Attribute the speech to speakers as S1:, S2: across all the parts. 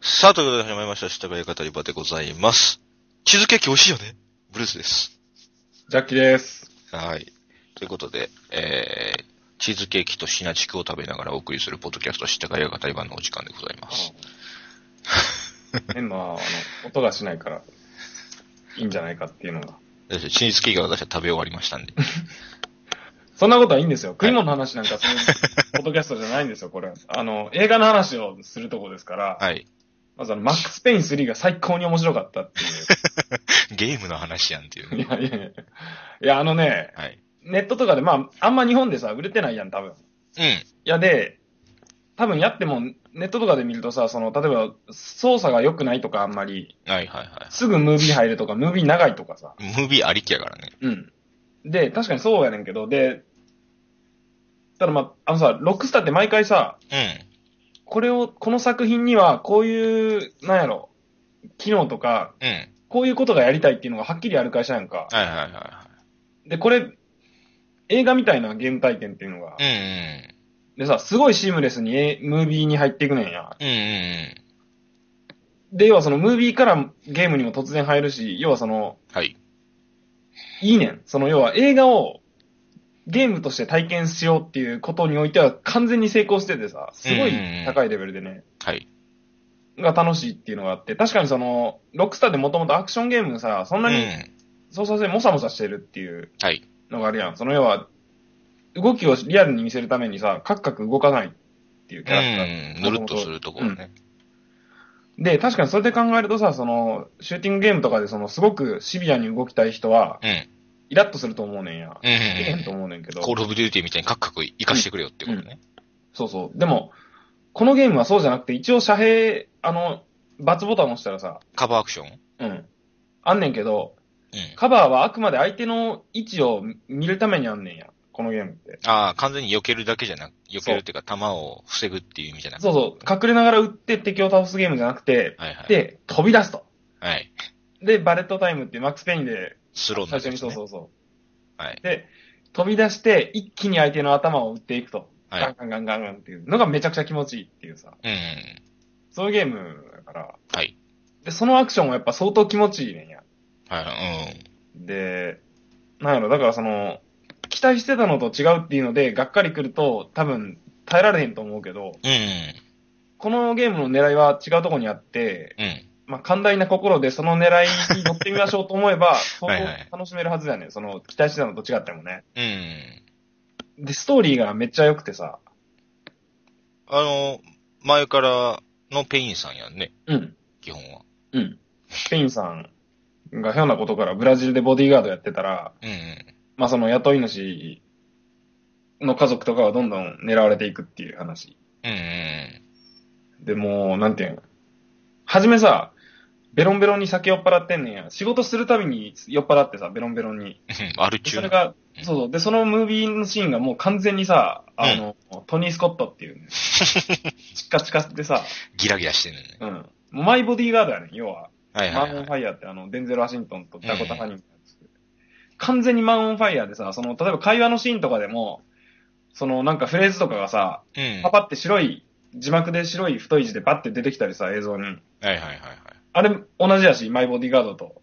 S1: さあ、ということで始まりました。下がり語り場でございます。チーズケーキ美味しいよねブルースです。
S2: ジャッキーです。
S1: はい。ということで、えー、チーズケーキとシナチクを食べながらお送りするポッドキャスト、下がり語り場のお時間でございます。
S2: 変な、あの、音がしないから、いいんじゃないかっていうのが。
S1: ですチーズケーキは私は食べ終わりましたんで。
S2: そんなことはいいんですよ。食い物の話なんか、そういう、ポッドキャストじゃないんですよ、これ。あの、映画の話をするとこですから、
S1: はい。
S2: まずあの、マックス・ペイン3が最高に面白かったって
S1: ゲームの話やんっていう
S2: いう。い
S1: ね。
S2: やいやいや。いや、あのね、
S1: はい。
S2: ネットとかで、まあ、あんま日本でさ、売れてないやん、多分。い
S1: うん。
S2: や、で、多分やっても、ネットとかで見るとさ、その、例えば、操作が良くないとかあんまり、
S1: はいはいは
S2: すぐムービー入るとか、ムービー長いとかさ、
S1: い。ムービーありきやからね。
S2: うん。で、確かにそうやねんけど、で、ただまあ、あのさ、ロックスターって毎回さ、これを、この作品には、こういう、なんやろ、機能とか、
S1: うん。うん。
S2: こういうことがやりたいっていうのがはっきりある会社やんか。
S1: はいはいはいは
S2: で、これ、映画みたいなゲーム体験っていうのが。
S1: い。
S2: でさ、すごいシームレスにえムービーに入っていくねんや。
S1: うんうん。うんうんうん。
S2: で、要はそのムービーからゲームにも突然入るし、要はその、
S1: はい。
S2: いいねん。その要は映画をゲームとして体験しようっていうことにおいては完全に成功しててさ、すごい
S1: うんうんうん
S2: 高いレベルでね、
S1: はい。
S2: が楽しいっていうのがあって、確かにその、ロックスターでもともとアクションゲームさ、そん
S1: う。
S2: なんに操作性もさもさしてるっていう
S1: はい。
S2: のがあるやん。その要は、動きをリアルに見せるためにさ、カクカク動かないっていうキャラクター。
S1: うん。ぬるっとするところね。
S2: で、確かにそれで考えるとさ、その、シューティングゲームとかでその、すごくシビアに動きたい人は、
S1: うん。
S2: イラッとすると思うねんや。
S1: うん
S2: ええんと
S1: うん。
S2: 思うねんけど。
S1: コールオブデューティーみたいにカクカク生かしてくれよってことね。
S2: そうそう。でも、このゲームはそうじゃなくて、一応遮蔽、あの、バツボタン押したらさ、
S1: カバーアクションうん。
S2: うん。あんねんけど、カバーはあくまで相手の位置を見るためにあんねんや。このゲームって。
S1: ああ、完全に避けるだけじゃなく、避けるっていうか、弾を防ぐっていう意味じゃなくて。
S2: そうそう。隠れながら撃って敵を倒すゲームじゃなくて、
S1: はいはい。
S2: で、飛び出すと。
S1: はい。
S2: で、バレットタイムってマックスペインで、
S1: スロー
S2: 最初に
S1: そ
S2: そうう
S1: そう。
S2: そうそう。
S1: はい。
S2: で、飛び出して、一気に相手の頭を撃っていくと。
S1: はい
S2: ガンガンガンガンガンっていうのがめちゃくちゃ気持ちいいっていうさ。
S1: うん。
S2: そういうゲームだから。
S1: はい。
S2: で、そのアクションはやっぱ相当気持ちいいねんや。
S1: はい。
S2: で、なんやろ、だからその、期待してたのと違うっていうので、がっかり来ると、多分、耐えられへんと思うけど、
S1: うん。
S2: このゲームの狙いは違うとこにあって、
S1: うん。うん。
S2: まあ、寛大な心でその狙いに乗ってみましょうと思えば、相
S1: はいはい
S2: 当楽しめるはずだよね。その、期待してたのと違ってもね。
S1: うん。
S2: で、ストーリーがめっちゃ良くてさ、
S1: あの、前からのペインさんやんね、
S2: うん、
S1: 基本は。
S2: うん。スペインさんがひょんなことからブラジルでボディーガードやってたら、
S1: うんうん。
S2: まあ、その雇い主の家族とかはどんどん狙われていくっていう話。
S1: うんうん
S2: で、もう、なんていうの。はじめさ、ベロンベロンに酒酔っ払ってんねんや。仕事するたびに酔っ払ってさ、ベロンベロンに。
S1: うん。アル
S2: で、
S1: チュ
S2: それ
S1: ー。
S2: が、そうそう。で、そのムービーのシーンがもう完全にさ、あの、トニー・スコットっていう、 ね、チッカチカでさ、
S1: ギラギラしてんのね。
S2: うん。もうマイ・ボディーガードやねん、要は。
S1: はい
S2: マ
S1: はい
S2: ン・オ
S1: は
S2: ン・
S1: い
S2: フ。ァイヤーってあの、デンゼル・ワシントンとダコタ・ハニーが作る完全にマン・オン・ファイヤーでさ、その、例えば会話のシーンとかでも、その、なんかフレーズとかがさ、
S1: うん。
S2: パ
S1: は
S2: パって白い、字幕で白い太い字でパッて出てきたりさ、映像に。
S1: いはいはいはい。
S2: あれ、同じやし、マイボディーガードと。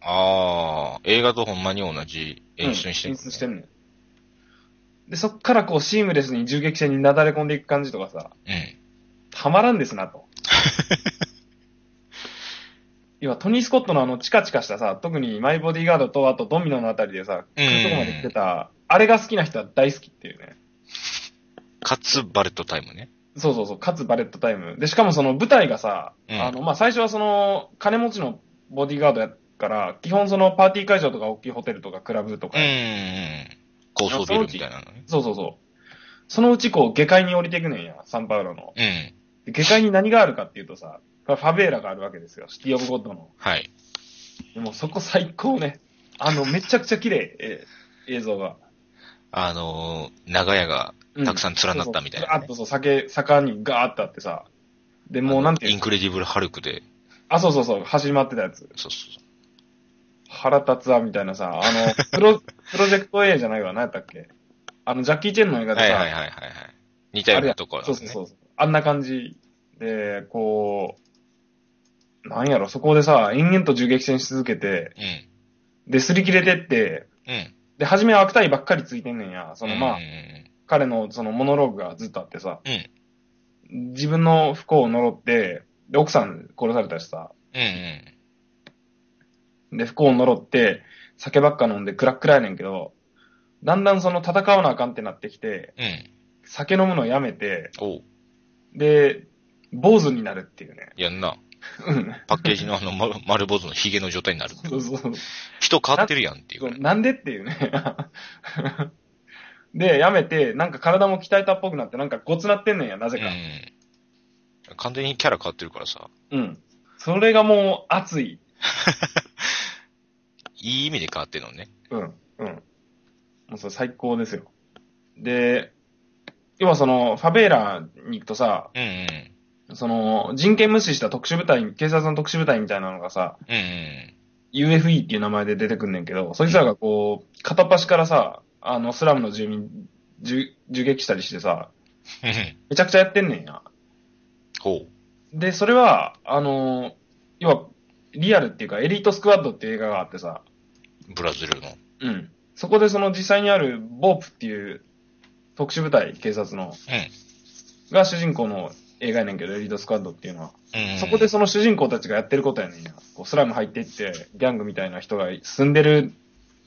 S1: ああ、映画とほんまに同じ演出にして
S2: る、
S1: る、
S2: 演出してんねん。で、そっからこう、シームレスに銃撃戦になだれ込んでいく感じとかさ、たまらんですな と。要は、トニー・スコットのあの、チカチカしたさ、特にマイボディーガードと、あとドミノのあたりでさ、
S1: うん
S2: 来るとこまで来てた、あれが好きな人は大好きっていう
S1: う
S2: ね。
S1: ん。かつ、バレットタイムね。
S2: そうそうそう、かつバレットタイム。で、しかもその舞台がさ、
S1: うん
S2: あの、まあ、最初はその、金持ちのボディーガードやから、基本そのパーティー会場とか大きいホテルとかクラブと
S1: う
S2: か、
S1: んうんうん。高層ビルみたいなのね。
S2: そうそうそう。そのうちこう、下界に降りていくねんや、サンパウロの。
S1: うん。
S2: で下界に何があるかっていうとさ、ファベーラがあるわけですよ、シティオブゴッドの。
S1: はい。
S2: でもそこ最高ね。あの、めちゃくちゃ綺麗、え映像が。
S1: あのー、長屋が
S2: う
S1: たくさん連なったみたい
S2: そうそう
S1: な、
S2: ガーッ
S1: ね。
S2: とそう、酒、坂にガーッとあってさ。で、もうなんて
S1: あの
S2: い
S1: イ
S2: う
S1: ンクレディブルハルクで、
S2: あ、そうそうそう、走り回ってたやつ。
S1: そうそう
S2: 腹立つわ、みたいなさ、あの、プ ロ、プロジェクト A じゃないわ、何やったっけあの、ジャッキー・チェンの映
S1: そ
S2: 画
S1: う。
S2: で
S1: はい
S2: さ、
S1: はいはいはいはい。似たようなところ、ね。
S2: そうそうそう。あんな感じで、こう、なんやろ、そこでさ、延々と銃撃戦し続けて、
S1: うん。
S2: で、擦り切れてって、
S1: うん。
S2: で、初めは悪態ばっかりついてんねんや。その、まあ
S1: うん、うん
S2: 彼のそのモノローグがずっとあってさ、
S1: うん
S2: 自分の不幸を呪って、で、奥さん殺されたしさ、
S1: うん。うん
S2: で、不幸を呪って、酒ばっか飲んでクラックラやねんけど、だんだんその戦わなあかんってなってきて、
S1: うん。うん。
S2: 酒飲むのやめて、
S1: おう。
S2: で、坊主になるっていうね。
S1: やんな。
S2: うん。
S1: パッケージのあの、ま丸坊主のヒゲの状態になる。
S2: そうそうそう。
S1: 人変わってるやんっていう
S2: そ
S1: ぐ
S2: う
S1: らい。
S2: なんでっていうね。 で、やめて、なんか体も鍛えたっぽくなって、なんかごつなってんねんや、なぜか。
S1: うん。完全にキャラ変わってるからさ、
S2: うん。それがもう熱い。
S1: いい意味で変わってるのね。
S2: うん。うん。もうそれ最高ですよ。で、要はその、ファベーラに行くとさ、
S1: うんうん。
S2: その、人権無視した特殊部隊、警察の特殊部隊みたいなのがさ、
S1: うん
S2: UFE っていう名前で出てくんねんけど、そいつらがこう、片っ端からさ、あの、スラムの住民、銃銃撃したりしてさ、
S1: うん。うん。
S2: めちゃくちゃやってんねんや。
S1: ほう。
S2: で、それは、あのー要は、リアルっていうか、エリートスクワッドっていう映画があってさ、
S1: ブラジルの。
S2: うん。そこでその実際にある、ボープっていう特殊部隊、警察の、が主人公の映画やねんけど、エリートスクワッドっていうのは。
S1: うん。うん。
S2: そこで、その主人公たちがやってることやねんや。こうスラム入っていって、ギャングみたいな人が住んでる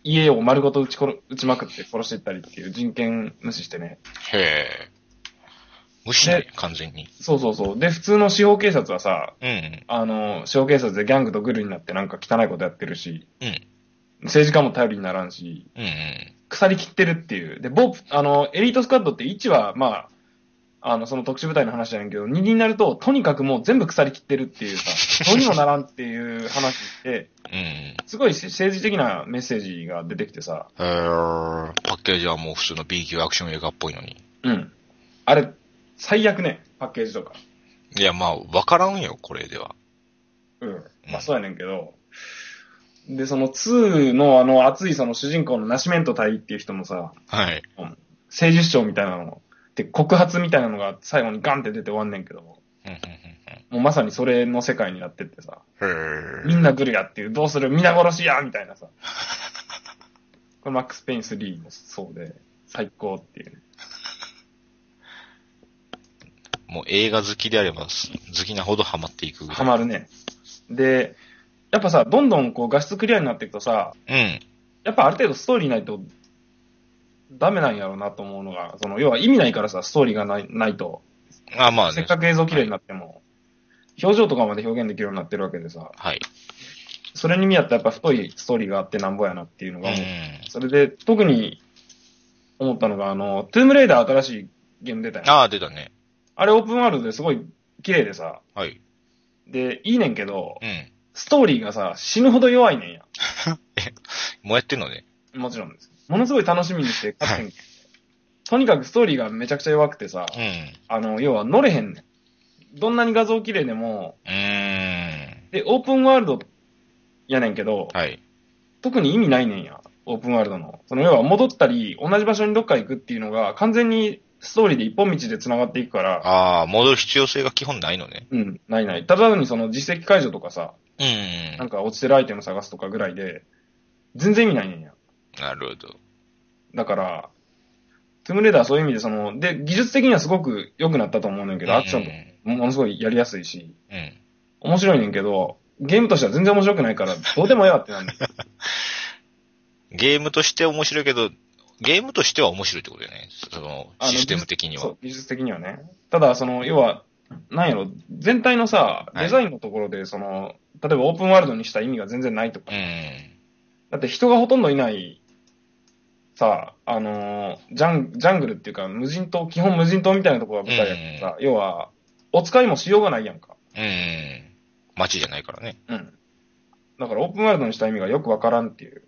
S2: 家を丸ごと撃ち殺撃ちまくって殺していったりっていう人権無視してね。
S1: へえ。無視ね、完全に。
S2: そうそうそう。で、普通の司法警察はさ、
S1: うんうん。
S2: あの、司法警察でギャングとグルになってなんか汚いことやってるし、
S1: うん
S2: 政治家も頼りにならんし、
S1: うんうん。
S2: 腐りきってるっていう。で、ボープ、あの、エリートスクワッドって1は、まあ、あの、その特殊部隊の話じゃないけど、2になると、とにかくもう全部腐りきってるっていう さ、どうにもならんっていう話で、
S1: うんうん。
S2: すごい政治的なメッセージが出てきてさ、
S1: へーパッケージはもう普通の B 級アクション映画っぽいのに。
S2: うん。あれ、最悪ね、パッケージとか。
S1: いや、まあ、わからんよ、これでは。
S2: うん。まあそうやねんけど。で、その2のあの熱いその主人公のナシメント隊っていう人もさ、
S1: はい。
S2: 政治主張みたいなの。で、告発みたいなのが最後にガンって出て終わんねんけど、も
S1: うんうん
S2: うまさにそれの世界になってってさ、
S1: うんうん。
S2: み
S1: へ
S2: んなグルやっていう、どうする皆殺しやみたいな さ。これマックス・ペイン3もそうで、最高っていうね。
S1: ーもう映画好きであれば、す好きなほどハマっていくぐらい。
S2: ハマるね。で、やっぱさ、どんどんこう画質クリアになっていくとさ、
S1: うん。
S2: やっぱある程度ストーリーないと、ダメなんやろうなと思うのが、その、要は意味ないからさ、ストーリーがないないと。
S1: あまあ
S2: せっ
S1: ね。
S2: かく映像綺麗になっても、表情とかまで表現できるようになってるわけでさ、
S1: はい。
S2: それに見合ったやっぱ太いストーリーがあってなんぼやなっていうの
S1: う
S2: が
S1: ん
S2: 思う、。それで、特に思ったのが、あの、トゥームレイダー新しいゲーム出たやん。あ
S1: ああ、出たね。
S2: れオープンワールドですごい綺麗でさ、
S1: はい。
S2: で、いいねんけど
S1: う、ん。
S2: ストーリーがさ、死ぬほど弱いねんや。
S1: もうやってんのね。
S2: もちろんです。ものすごい楽しみにして勝ってんけど、とにかくストーリーがめちゃくちゃ弱くてさ、
S1: うん。
S2: あの、要は乗れへんねん。どんなに画像綺麗でも、
S1: うーん。
S2: で、オープンワールドやねんけど、
S1: はい。
S2: 特に意味ないねんや。オープンワールドの。その要は戻ったり、同じ場所にどっか行くっていうのが、完全にストーリーで一本道で繋がっていくから、
S1: ああ、戻る必要性が基本ないのね。
S2: うん、ないない。ただ単にその実績解除とかさ、
S1: うん
S2: なんか落ちてるアイテム探すとかぐらいで、全然意味ないねんや。
S1: なるほど。
S2: だから、トゥームレーダーはそういう意味でその、で、技術的にはすごく良くなったと思うねんけど、アクションとかもものすごいやりやすいし、
S1: うん。うん。
S2: 面白いねんけど、ゲームとしては全然面白くないから、どうでもええわってなんだよ
S1: ゲームとして面白いけど、ゲームとしては面白いってことだよね。その、
S2: あの
S1: システム的に
S2: そ
S1: は
S2: う。、技術的にはね。ただ、その、要は、なんやろ、全体のさ、
S1: はい
S2: デザインのところで、その、例えばオープンワールドにした意味が全然ないとか
S1: う。ん。
S2: だって人がほとんどいない、さ、あのー、ジャン、ジャングルっていうか、無人島、基本無人島みたいなところが舞台やからさ、要は、お使いもしようがないやんか。
S1: うん。街じゃないからね。
S2: うん。だからオープンワールドにした意味がよくわからんっていう。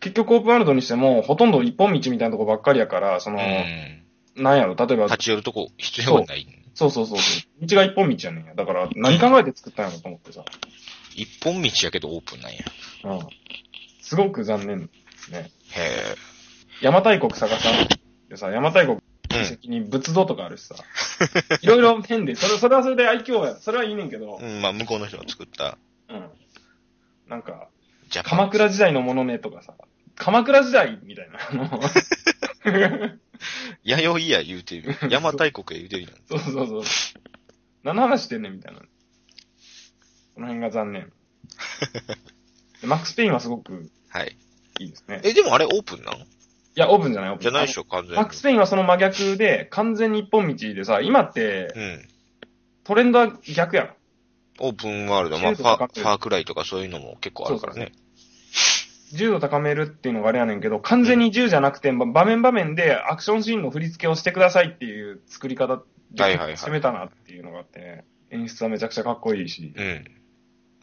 S2: 結局オープンワールドにしても、ほとんど一本道みたいなとこばっかりやから、その、
S1: うん。
S2: なんやろ、例えば、
S1: 立ち寄るとこ必要はない。
S2: そうそうそうそう。道が一本道やねんや。だから、何考えて作ったんやろと思ってさ。
S1: 一本道やけどオープンなんや。
S2: うん。すごく残念ですね。
S1: へえ。
S2: 邪馬台国探さんってさ、邪馬台国
S1: うん
S2: 化石に仏像とかあるしさ。いろいろ変で、それ、それはそれで愛嬌や。それはいいねんけど
S1: う、ん、まあ、向こうの人が作った、
S2: うん。なんか、
S1: ジャパン。
S2: 鎌倉時代のものねとかさ、鎌倉時代みたいな。 あの
S1: 弥生や言うてる。邪馬台国や言うてるやん。
S2: そうそうそう。何の話してんねんみたいな。その辺が残 念。でマックス・ペインはすごく
S1: はい。
S2: いいですね。
S1: え、でもあれオープンなん
S2: いや、オープンじゃない、オープン。
S1: じゃないでしょ、完
S2: あの
S1: 全
S2: マ
S1: に
S2: ック。ス・ペインはその真逆で、完全に一本道でさ、今って
S1: うん。
S2: トレンドは逆やん。
S1: オープンワールド、まあ、
S2: 精
S1: フ
S2: 度が
S1: ァ
S2: 高い
S1: ファークライとかそういうのも結構あるからね。
S2: 銃を高めるっていうのがあれやねんけど、完全に銃じゃなくて、ば場面場面でアクションシーンの振り付けをしてくださいっていう作り方
S1: はいはいはい
S2: で攻めたなっていうのがあってね、演出はめちゃくちゃかっこいいし、
S1: うん。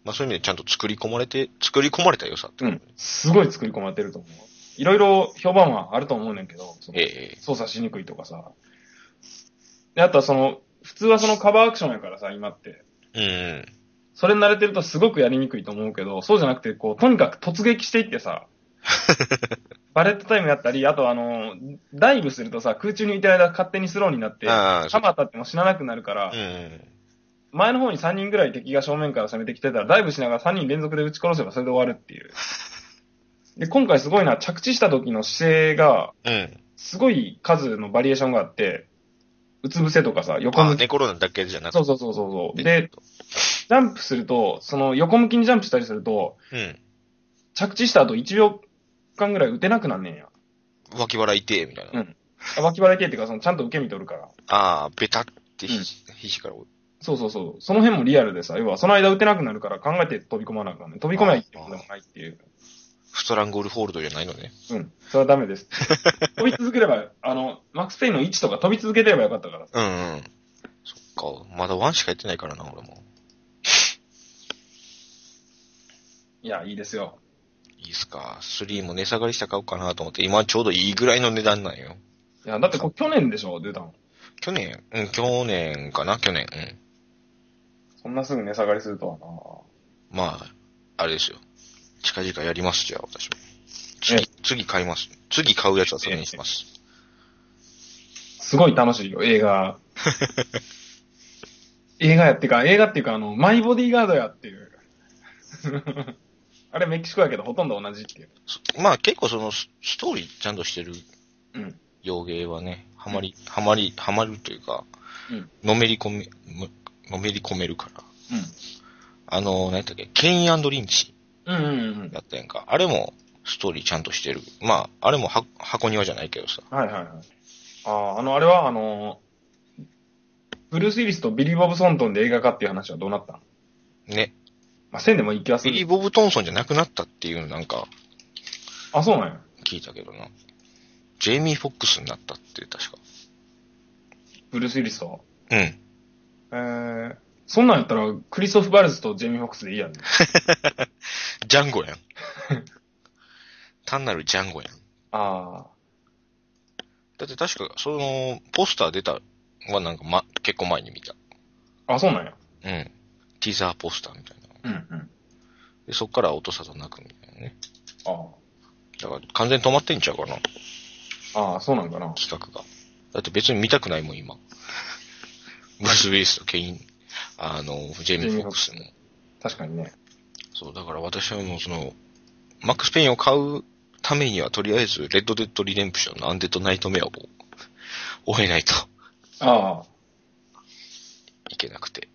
S1: まあ、そういう意味でちゃんと作り込まれて、作り込まれた良さって
S2: う
S1: ことね
S2: ん、すごい作り込まれてると思う。いろいろ評判はあると思うねんけど、その
S1: ええええ
S2: 操作しにくいとかさ。で、あとはその、普通はそのカバーアクションやからさ、今って。
S1: うんうん。
S2: それに慣れてるとすごくやりにくいと思うけど、そうじゃなくて、こう、とにかく突撃していっ てさ、バレットタイムやったり、あとあの、ダイブするとさ、空中にいてる間勝手にスローになって、
S1: ああ、そ
S2: 弾当たっても死ななくなるから
S1: う。う、ん。
S2: 前の方に3人ぐらい敵が正面から攻めてきてたら、ダイブしながら3人連続で撃ち殺せばそれで終わるって いう。で、今回すごいな、着地した時の姿勢が、
S1: うん。
S2: すごい数のバリエーションがあって、うつ伏せとかさ、横
S1: まあ、
S2: 向き。
S1: 寝転んだだけじゃなく
S2: そ
S1: て。
S2: うそうそうそうそ
S1: え
S2: う。
S1: っ
S2: で、
S1: と
S2: ジャンプすると、その横向きにジャンプしたりすると、
S1: う
S2: 着地した後1秒間ぐらい打てなくなんねんや。
S1: ん。脇腹痛え、みたいな。
S2: うんあ脇腹系っていうか、そのちゃんと受け身取るから。
S1: ああ、ベタってひ、
S2: うん
S1: 皮脂から落ち
S2: そうそうそう。その辺もリアルでさ、要はその間打てなくなるから考えて飛び込まなくなるね。飛び込めばいいってことでもないっていう。
S1: ストラングルホールドじゃないのね。
S2: うん。それはダメです。飛び続ければ、あの、マックス・ペインの位置とか飛び続ければよかったから。
S1: うんうん。そっか。まだワンしかやってないからな、俺も。
S2: いや、いいですよ。
S1: いいっすか。3も値下がりしたら買おうかなと思って、今ちょうどいいぐらいの値段なんよ。
S2: いや、だってこれ去年でしょ、出たの。
S1: 去年、うん、去年かな、去年。う
S2: そんなすぐ値下がりするとはな。
S1: ん。まあ、あれですよ。近々やります、じゃあ、私も。
S2: え
S1: 次、次買います。次買うやつはそれにします。
S2: すごい楽しいよ、映画。映画やってか、映画っていうか、あの、マイボディーガードやっていう。 あれメキシコやけど、ほとんど同じっていう。
S1: まあ結構そのスストーリーちゃんとしてる
S2: うん。
S1: 洋芸はね、ハマり、ハマり、ハマるというか、
S2: うん
S1: のめり込め、むのめり込めるから。
S2: う
S1: あの、何やったっけ、ケインリンチ
S2: ん。うんうんうん。
S1: やったやんか。あれもストーリーちゃんとしてる。まあ、あれもは箱庭じゃないけどさ。
S2: はいはいはい。ああ、あの、あれは、あの、ブルース・ウィリスとビリー・ボブ・ソントンで映画化っていう話はどうなったの
S1: ね。
S2: まあ、せんでもいい気がす
S1: ビリー・
S2: る。
S1: ボブ・トンソンじゃなくなったっていうなんか
S2: あ、そうなんや。
S1: 聞いたけどな。ジェイミー・フォックスになったって確か。
S2: ブルース・ウィリスと。
S1: うん。
S2: えー、そんなんやったら、クリストフ・バルズとジェイミー・フォックスでいいやん、ね。
S1: ジャンゴやん。単なるジャンゴやん。
S2: ああ、
S1: だって確か、その、ポスター出たはなんか、ま、結構前に見た。
S2: あ、そうなんや。
S1: うん。ティザーポスターみたいな。
S2: うんうん。
S1: で、そっから音沙汰なくみたいなね。
S2: ああ。
S1: だから完全に止まってんちゃうかな、
S2: ああ、そうなんかな。
S1: 企画が。だって別に見たくないもん、今。ブルース・ウィリスとケイン、あの、ジェイミー・フォックスの。
S2: 確かにね。
S1: そう、だから私はもうその、マックス・ペインを買うためには、とりあえず、レッド・デッド・リデンプションのアンデッド・ナイト・メアを終えないと
S2: ああ、
S1: いけなくて。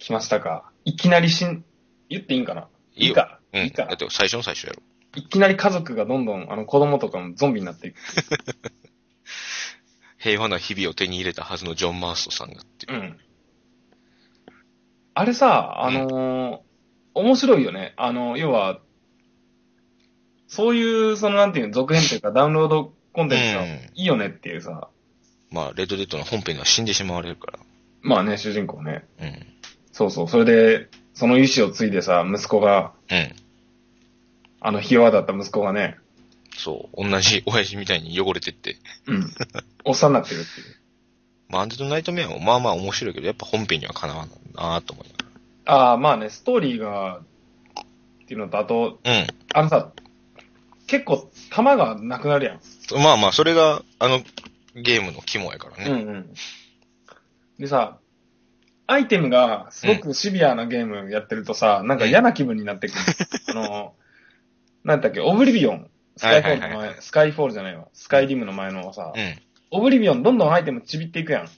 S2: 来ましたか。いきなりしん、言っていいんかない
S1: いよ
S2: か。
S1: うん。
S2: いい
S1: だ
S2: か
S1: っ。て最初の最初やろ。
S2: いきなり家族がどんどん、あの、子供とかもゾンビになっていく。
S1: 平和な日々を手に入れたはずのジョン・マーストさんがっていうう。
S2: ん。あれさ、あのー面白いよね。あの、要は、そういう、その、なんていうの、続編というか、ダウンロードコンテンツが
S1: うん
S2: いいよねっていうさ、
S1: まあ、レッド・デッドの本編では死んでしまわれるか
S2: まあね、主人公ね。
S1: ら。うん。
S2: そうそう。それで、その意志を継いでさ、息子が、
S1: うん。
S2: あの、ひ弱だった息子がね、
S1: そう。同じ親父みたいに汚れてって。
S2: うん。おっさんになってるっていう。
S1: まあ、アンデッド・ナイト・メアもまあまあ面白いけど、やっぱ本編にはかなわんなと思いなが
S2: ああ、まあね、ストーリーが、っていうのと、あと、
S1: ら。
S2: あのさ、結構、弾がなくなるやん。
S1: うん。まあまあ、それが、あの、ゲームの肝やから
S2: うんう
S1: ね。
S2: ん。でさ、アイテムがすごくシビアなゲームやってるとさ、なんか嫌な気分になってくる。あの、なんだっけ、オブリビオン。スカイフォールの前、
S1: はいはいはい
S2: スカイフォールじゃないわ。スカイリムの前のさ、
S1: うん。うん。
S2: オブリビオンどんどんアイテムちびっていくやん。
S1: うん。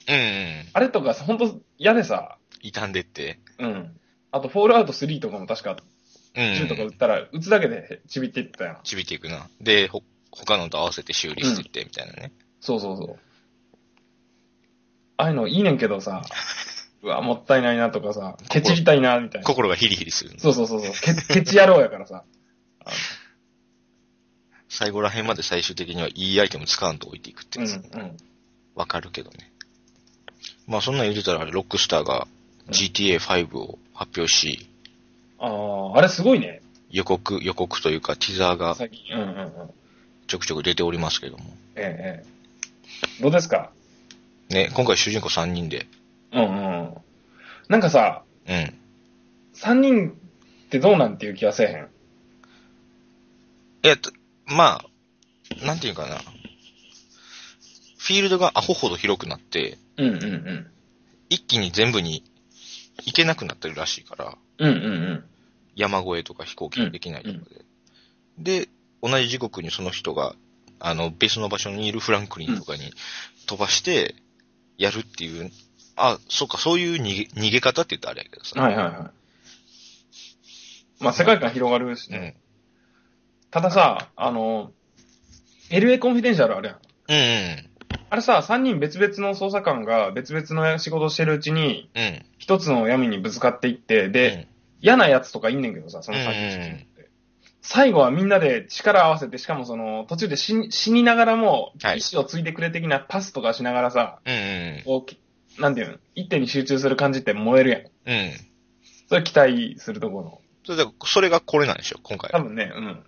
S2: あれとかさ、ほんと嫌でさ、
S1: 傷んでって。
S2: うん。あと、フォールアウト3とかも確か、
S1: う
S2: 銃とか撃
S1: ん。
S2: ったら、撃つだけでちびっていったやん。
S1: ちびっていくな。で、ほ、他のと合わせて修理していって、みたいなね。
S2: そうそうそう。ああいうのいいねんけど さ、うわ、もったいないなとかさ、ケチりたいな、みたいな。
S1: 心がヒリヒリするの。
S2: そうそうそうそう。ケケチ野郎やから さ。あ
S1: 最後ら辺まで最終的にはいいアイテム使わんと置いていくって
S2: の
S1: や
S2: う
S1: つ。
S2: んうん。
S1: わかるけどね。まあそんなん言うてたらあれ、ロックスターが
S2: うん
S1: GTA5 を発表し、
S2: ああ、あれすごいね。
S1: 予告、予告というかティザーが
S2: 最近。うんうんうん。
S1: ちょくちょく出ておりますけども。
S2: ええええ。どうですか
S1: ね、今回主人公3人で。
S2: うんうん。なんかさ、
S1: うん。
S2: 三人ってどうなんていう気はせえへん。
S1: えっと、まあ、なんていうかな。フィールドがアホほど広くなって、
S2: うんうんうん。
S1: 一気に全部に行けなくなってるらしいから、
S2: うんうん
S1: 山越えとか飛行機ができないとかで。で、同じ時刻にその人が、あの、別の場所にいるフランクリンとかに飛ばして、やるっていう、あ、そうか、そういう逃げ逃げ方って言ったらあれやけど
S2: うん。
S1: さ。
S2: はいはいはい。まあ世界観広がるし
S1: うん。う
S2: ね。たださ、あの、LA コンフィデンシャルあるやん。
S1: んうん。
S2: あれさ、三人別々の捜査官が別々の仕事をしてるうちに、
S1: うん。
S2: 一つの闇にぶつかっていって、
S1: う
S2: で、
S1: ん。
S2: 嫌なやつとかいんねんけどさ、その3人
S1: うんうんうん
S2: って。最後はみんなで力合わせて、しかもその途中で死に死にながらも、
S1: はい
S2: 意志をついてくれ的なパスとかしながらさ、
S1: うんうん。
S2: こうき、なんていうの、一点に集中する感じって燃えるやん。
S1: うん。
S2: それ期待するところ。
S1: それだからそれがこれなんでしょ、今回
S2: 多。分ね、うん。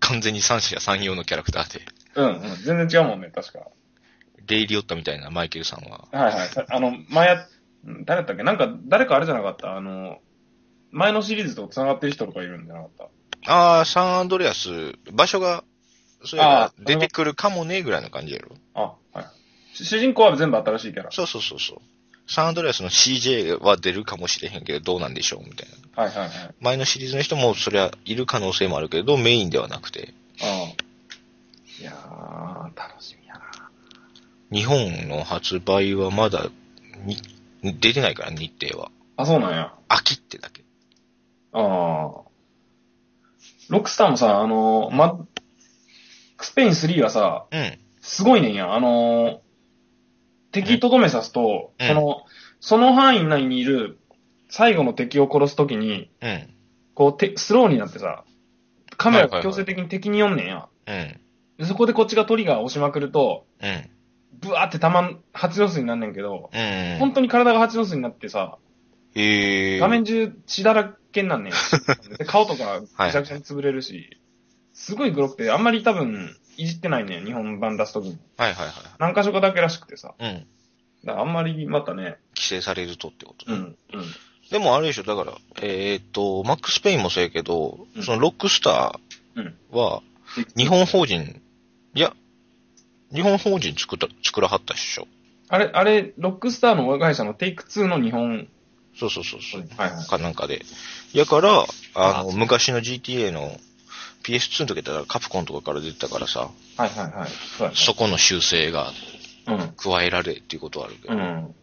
S1: 完全に三者三様のキャラクターで。
S2: うん、うん。全然違うもんね、確か。
S1: レイリオッタみたいなマイケルさんは。
S2: はいはい。さあの、前や、うん誰だったっけなんか、誰かあれじゃなかったあの、前のシリーズと繋がってる人とかいるんじゃなかった
S1: ああ、サンアンドレアス、場所が、そういえ
S2: あ
S1: ば
S2: ー
S1: 出てくるかもね、ぐらいの感じやろ。
S2: あ、はい。し主人公は全部新しいキャラ。
S1: そうそうそうそう。サンアンドレアスの CJ は出るかもしれへんけど、どうなんでしょうみたいな。
S2: はいはいはい。
S1: 前のシリーズの人も、そりゃ、いる可能性もあるけど、メインではなくて、
S2: ああ。いやー、楽しみやな。
S1: 日本の発売はまだ、に、出てないから、日程は。
S2: あ、そうなんや。
S1: 秋ってだけ。
S2: ああ。ロックスターもさ、あのー、マスペイン3はさ、
S1: うん。
S2: すごいねんや。あのー、敵とどめさすと、
S1: うん
S2: その、その範囲内にいる最後の敵を殺すときに、
S1: うん。
S2: こうて、スローになってさ、カメラ
S1: は
S2: が
S1: いはいは
S2: 強
S1: い
S2: 制的に敵に寄んねんや。
S1: うん。
S2: でそこでこっちがトリガーを押しまくると、
S1: うん。
S2: ブワーってたまん、蜂の巣になんねんけど、
S1: うん。
S2: 本当に体が蜂の巣になってさ、
S1: へえ。
S2: 画面中血だらけになん ねん。で顔とかぐちゃぐちゃに潰れるし、すごいグロくて、あんまり多分いじってないねん、日本版出すときに。
S1: はいはいは
S2: 何箇所かだけらしくてさ。
S1: い。うん。
S2: だからあんまりまたね、
S1: 規制されるとってこと。
S2: うん、
S1: でもあれでしょ、だから、えーっと、マックス・ペインもそうやけど
S2: う、ん
S1: そのロックスタ
S2: うん、
S1: ーは、
S2: うん。
S1: 日本法人、いや、日本法人作った、作らはったっしょ。
S2: あれ、あれ、ロックスターの親会社のテイク2の日本、
S1: そうそうそうそう。
S2: はいはい
S1: かなんかで。やから、あ
S2: あ
S1: の、昔の GTA の PS2 の時だったらカプコンとかから出てたからさ、
S2: はいはいはい。そう
S1: そこの修正が
S2: やね
S1: 加えられっていうことはあるけど、
S2: うん。うん。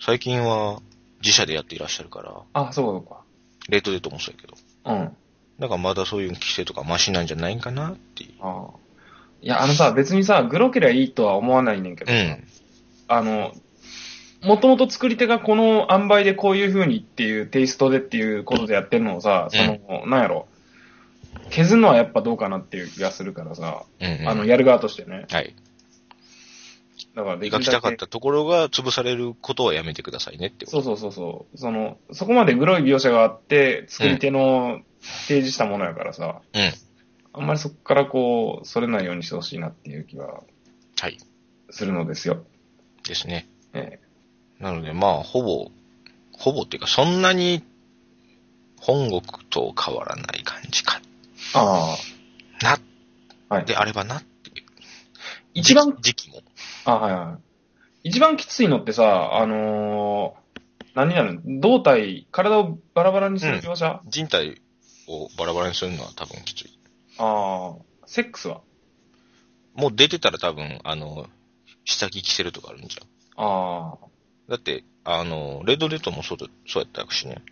S1: 最近は自社でやっていらっしゃるから、
S2: あ、そうか
S1: レートデートもそうやけど。
S2: そうか。うん。
S1: だからまだそういう規制とかマシなんじゃないんかなっていう。
S2: ああ。いや、あのさ、別にさ、グロけりゃいいとは思わないねんけど
S1: う
S2: さ、
S1: ん。
S2: あの、もともと作り手がこの塩梅でこういう風にっていうテイストでっていうことでやってるのをさ、その、なんやろ、削るのはやっぱどうかなっていう気がするからさ、
S1: うん、うん。
S2: あの、やる側としてね。
S1: はい。
S2: だからでき
S1: 描
S2: る
S1: き
S2: だ
S1: たか
S2: け
S1: っ。たところが潰されることはやめてくださいねってこと。
S2: そうそうそうそう。その、そこまでグロい描写があって、作り手の提示したものやからさ、
S1: うん。
S2: あんまりそこからこう、それないようにしてほしいなっていう気は
S1: はい。
S2: するのですよ。
S1: ですね。
S2: え
S1: なのでまあ、ほぼ、ほぼっていうか、そんなに本国と変わらない感じか
S2: えあ
S1: な、
S2: あ、はい。
S1: であればなっていう。
S2: 一番、
S1: 時期時期も。
S2: あ、はいはい。一番きついのってさ、あのー何になるの胴体、体をバラバラにする描写、あ
S1: 人体をバラバラにするのは多分きつい。
S2: あー、セックスは
S1: もう出てたら多分、あの、下着着せるとかあるんじゃん。
S2: ああ、
S1: だって、あの、レッドデッドもそうだ、そうやったしね。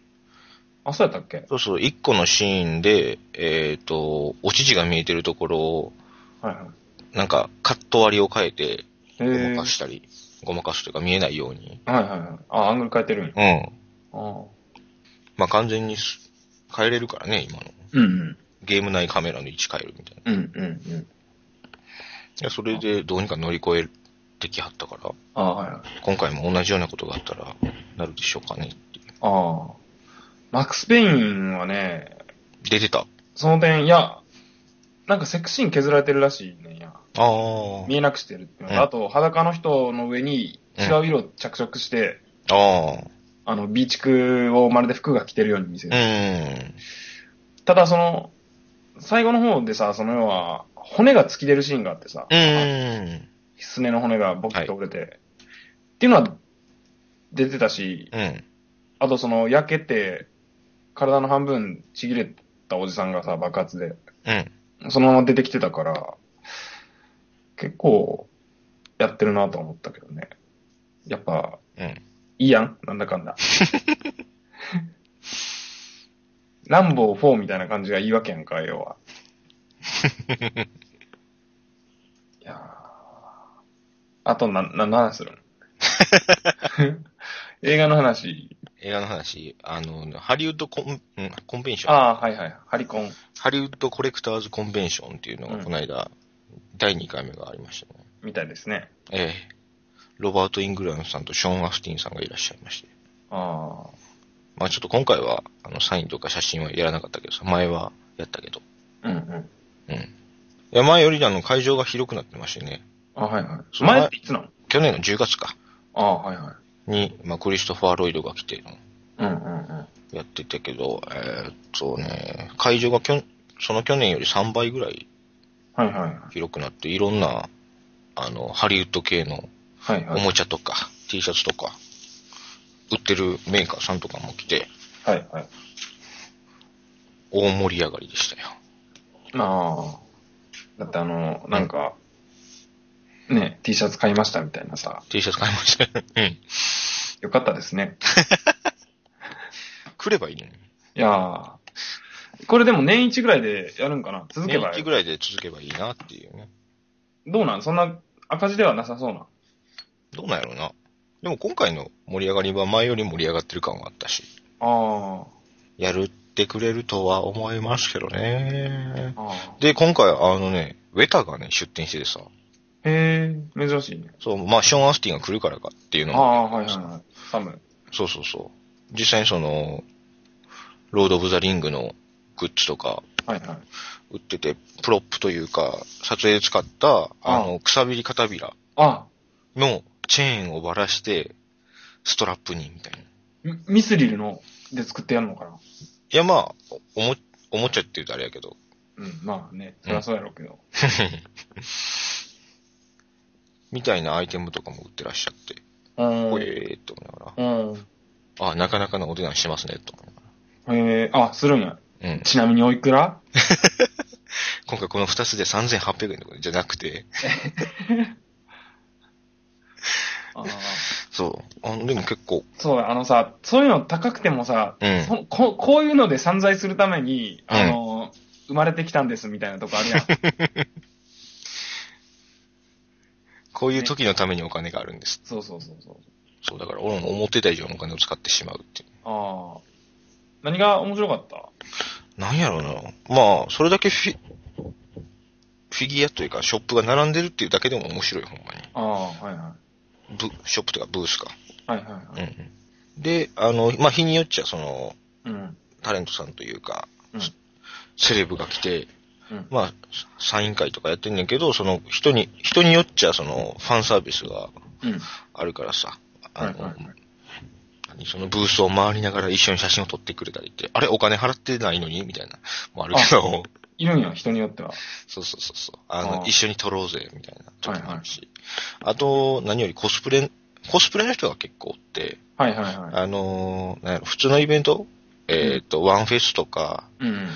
S2: あ、そうやったっけ
S1: そうそう、一個のシーンで、えっ、と、お乳が見えてるところを、
S2: はいはい。
S1: なんか、カット割りを変えて、ご
S2: えー
S1: まかしたり、ごまかすというか見えないように。
S2: はいはいはい。あ、アングル変えてるんや。
S1: うん。
S2: あー
S1: まあ、完全にす変えれるからね、今の。
S2: うんうん。
S1: ゲーム内カメラの位置変えるみたいな。い
S2: うんうんうん。
S1: や、それでどうにか乗り越えてきはったから、
S2: ああ、はいはい。
S1: 今回も同じようなことがあったら、なるでしょうかねっていう。
S2: ああ。マックス・ペインはね、
S1: 出てた。
S2: その点、いや、なんかセクシーン削られてるらしいねんや。
S1: ああ。
S2: 見えなくしてるっていうのと、
S1: うん
S2: あと裸の人の上に違う色を着色して、
S1: ああ。
S2: あの、ビーチクをまるで服が着てるように見せ
S1: う
S2: る。
S1: ん。
S2: ただその、最後の方でさ、その要は、骨が突き出るシーンがあってさ、
S1: うん。
S2: すねの骨がボキッと折れて、っていうのは出てたし、
S1: うん。
S2: あとその、焼けて、体の半分ちぎれたおじさんがさ、爆発で、
S1: うん。
S2: そのまま出てきてたから、結構、やってるなと思ったけどね。やっぱ、
S1: うん。
S2: いいやんなんだかん だ。ランボー4みたいな感じがいいわけやんか、要 は。いやーあと、な、な、何する の映画の話。
S1: 映画の話、あの、ハリウッドコン、うんコンベンション。
S2: ああ、はいはい。ハリコン。
S1: ハリウッドコレクターズコンベンションっていうの
S2: うん
S1: が、この間、第2回目がありましたね。
S2: みたいですね。
S1: ええ。ロバート・イングランドさんとショーン・アスティンさんがいらっしゃいまして。
S2: あ
S1: まあちょっと今回は、あの、サインとか写真はやらなかったけどさ、前はやったけど。
S2: あ。うんうん。
S1: うん。いや、前よりあの、会場が広くなってましてね。
S2: あはいはい。
S1: そう前
S2: 前っていつなの
S1: 去年の10月か。
S2: ああ、はいはい。
S1: に、まあクリストファー・ロイドが来て、
S2: うんうん
S1: やってたけど、えーっとね、会場がきょんその去年より3倍ぐらい
S2: うん。はいはい。
S1: 広くなって、いろんな、あの、ハリウッド系の
S2: はい
S1: お
S2: はい。
S1: もちゃとか、T シャツとか、売ってるメーカーさんとかも来て、
S2: はいはい。
S1: 大盛り上がりでしたよ。
S2: ああ。だってあの、なんか、ね、T シャツ買いましたみたいなさ、
S1: T シャツ買いました よ。うん。
S2: よかったですね。
S1: 来ればいいのに。
S2: いやーこれでも年一ぐらいでやるんかな続け
S1: 年
S2: ば
S1: 一ぐらいで続けばいいなっていうね。
S2: どうなんそんな赤字ではなさそうな。
S1: どうなんやろうな。でも今回の盛り上がりは前より盛り上がってる感はあったし、
S2: あ
S1: やるってくれるとは思いますけどね。
S2: あ。あ
S1: で、今回、あのね、ウェタがね、出店しててさ、
S2: ーへえ、珍しいね。
S1: そう、まあ、ショーン・アスティンが来るからかっていうの
S2: ああ、
S1: も
S2: はいはいはい。サム。
S1: そうそうそう。実際にその、ロード・オブ・ザ・リングのグッズとか
S2: はいはい。
S1: 売ってて、プロップというか、撮影で使った、あ
S2: う
S1: の、くさびり片びら
S2: あ
S1: のチェーンをばらして、ストラップに、みたいな。い
S2: ミミスリルので作ってやるのかな
S1: や、まあ、おも、おもちゃって言うとあれやけど、
S2: うん、まあね、そりゃそうやろうけど。
S1: みたいなアイテムとかも売ってらっしゃって、
S2: うん。
S1: ほ
S2: う
S1: えーっと思いなが
S2: ん。
S1: ら、あ、なかなかのお値段しますね、と思いなが
S2: へえ、あ、するんや。
S1: ら。うん。
S2: ちなみにおいくら
S1: 今回この2つで3800円とかじゃなくて、
S2: ああ。
S1: そう。あでも結構、
S2: そう、あのさ、そういうの高くてもさ、
S1: うん
S2: そここういうので散財するために、あの、生まれてきたんですみたいなとこある やん。
S1: こういう時のためにお金があるんです。
S2: そうそうそうそう。
S1: そう、だから俺も思ってた以上のお金を使ってしまうっていう。
S2: ああ。何が面白かった
S1: なんやろうな。まあ、それだけフィ、フィギュアというか、ショップが並んでるっていうだけでも面白い、ほんまに。
S2: ああ、はいは
S1: ブ、ショップというか、ブースか。
S2: い。はいは
S1: うん
S2: いは
S1: う
S2: い。
S1: ん。で、あの、まあ、日によっちゃ、その、
S2: うん。
S1: タレントさんというか、
S2: うん
S1: セレブが来て、
S2: うん
S1: まあ、サイン会とかやってんねんけど、その、人に、人によっちゃ、その、ファンサービスが
S2: うん。
S1: あるからさ、
S2: は
S1: あ
S2: い
S1: の、
S2: はいはい。
S1: 何そのブースを回りながら一緒に写真を撮ってくれたりって、あれお金払ってないのにみたいな、もあるけど、
S2: いるんや、人によっては。
S1: そうそうそうそう。あの
S2: あー
S1: 一緒に撮ろうぜ、みたいな時もあるし。あと、何よりコスプレ、コスプレの人が結構おって、
S2: はいはいはい。
S1: あのーなんやろ普通のイベントえっ、と、ワンフェスとか、
S2: うん。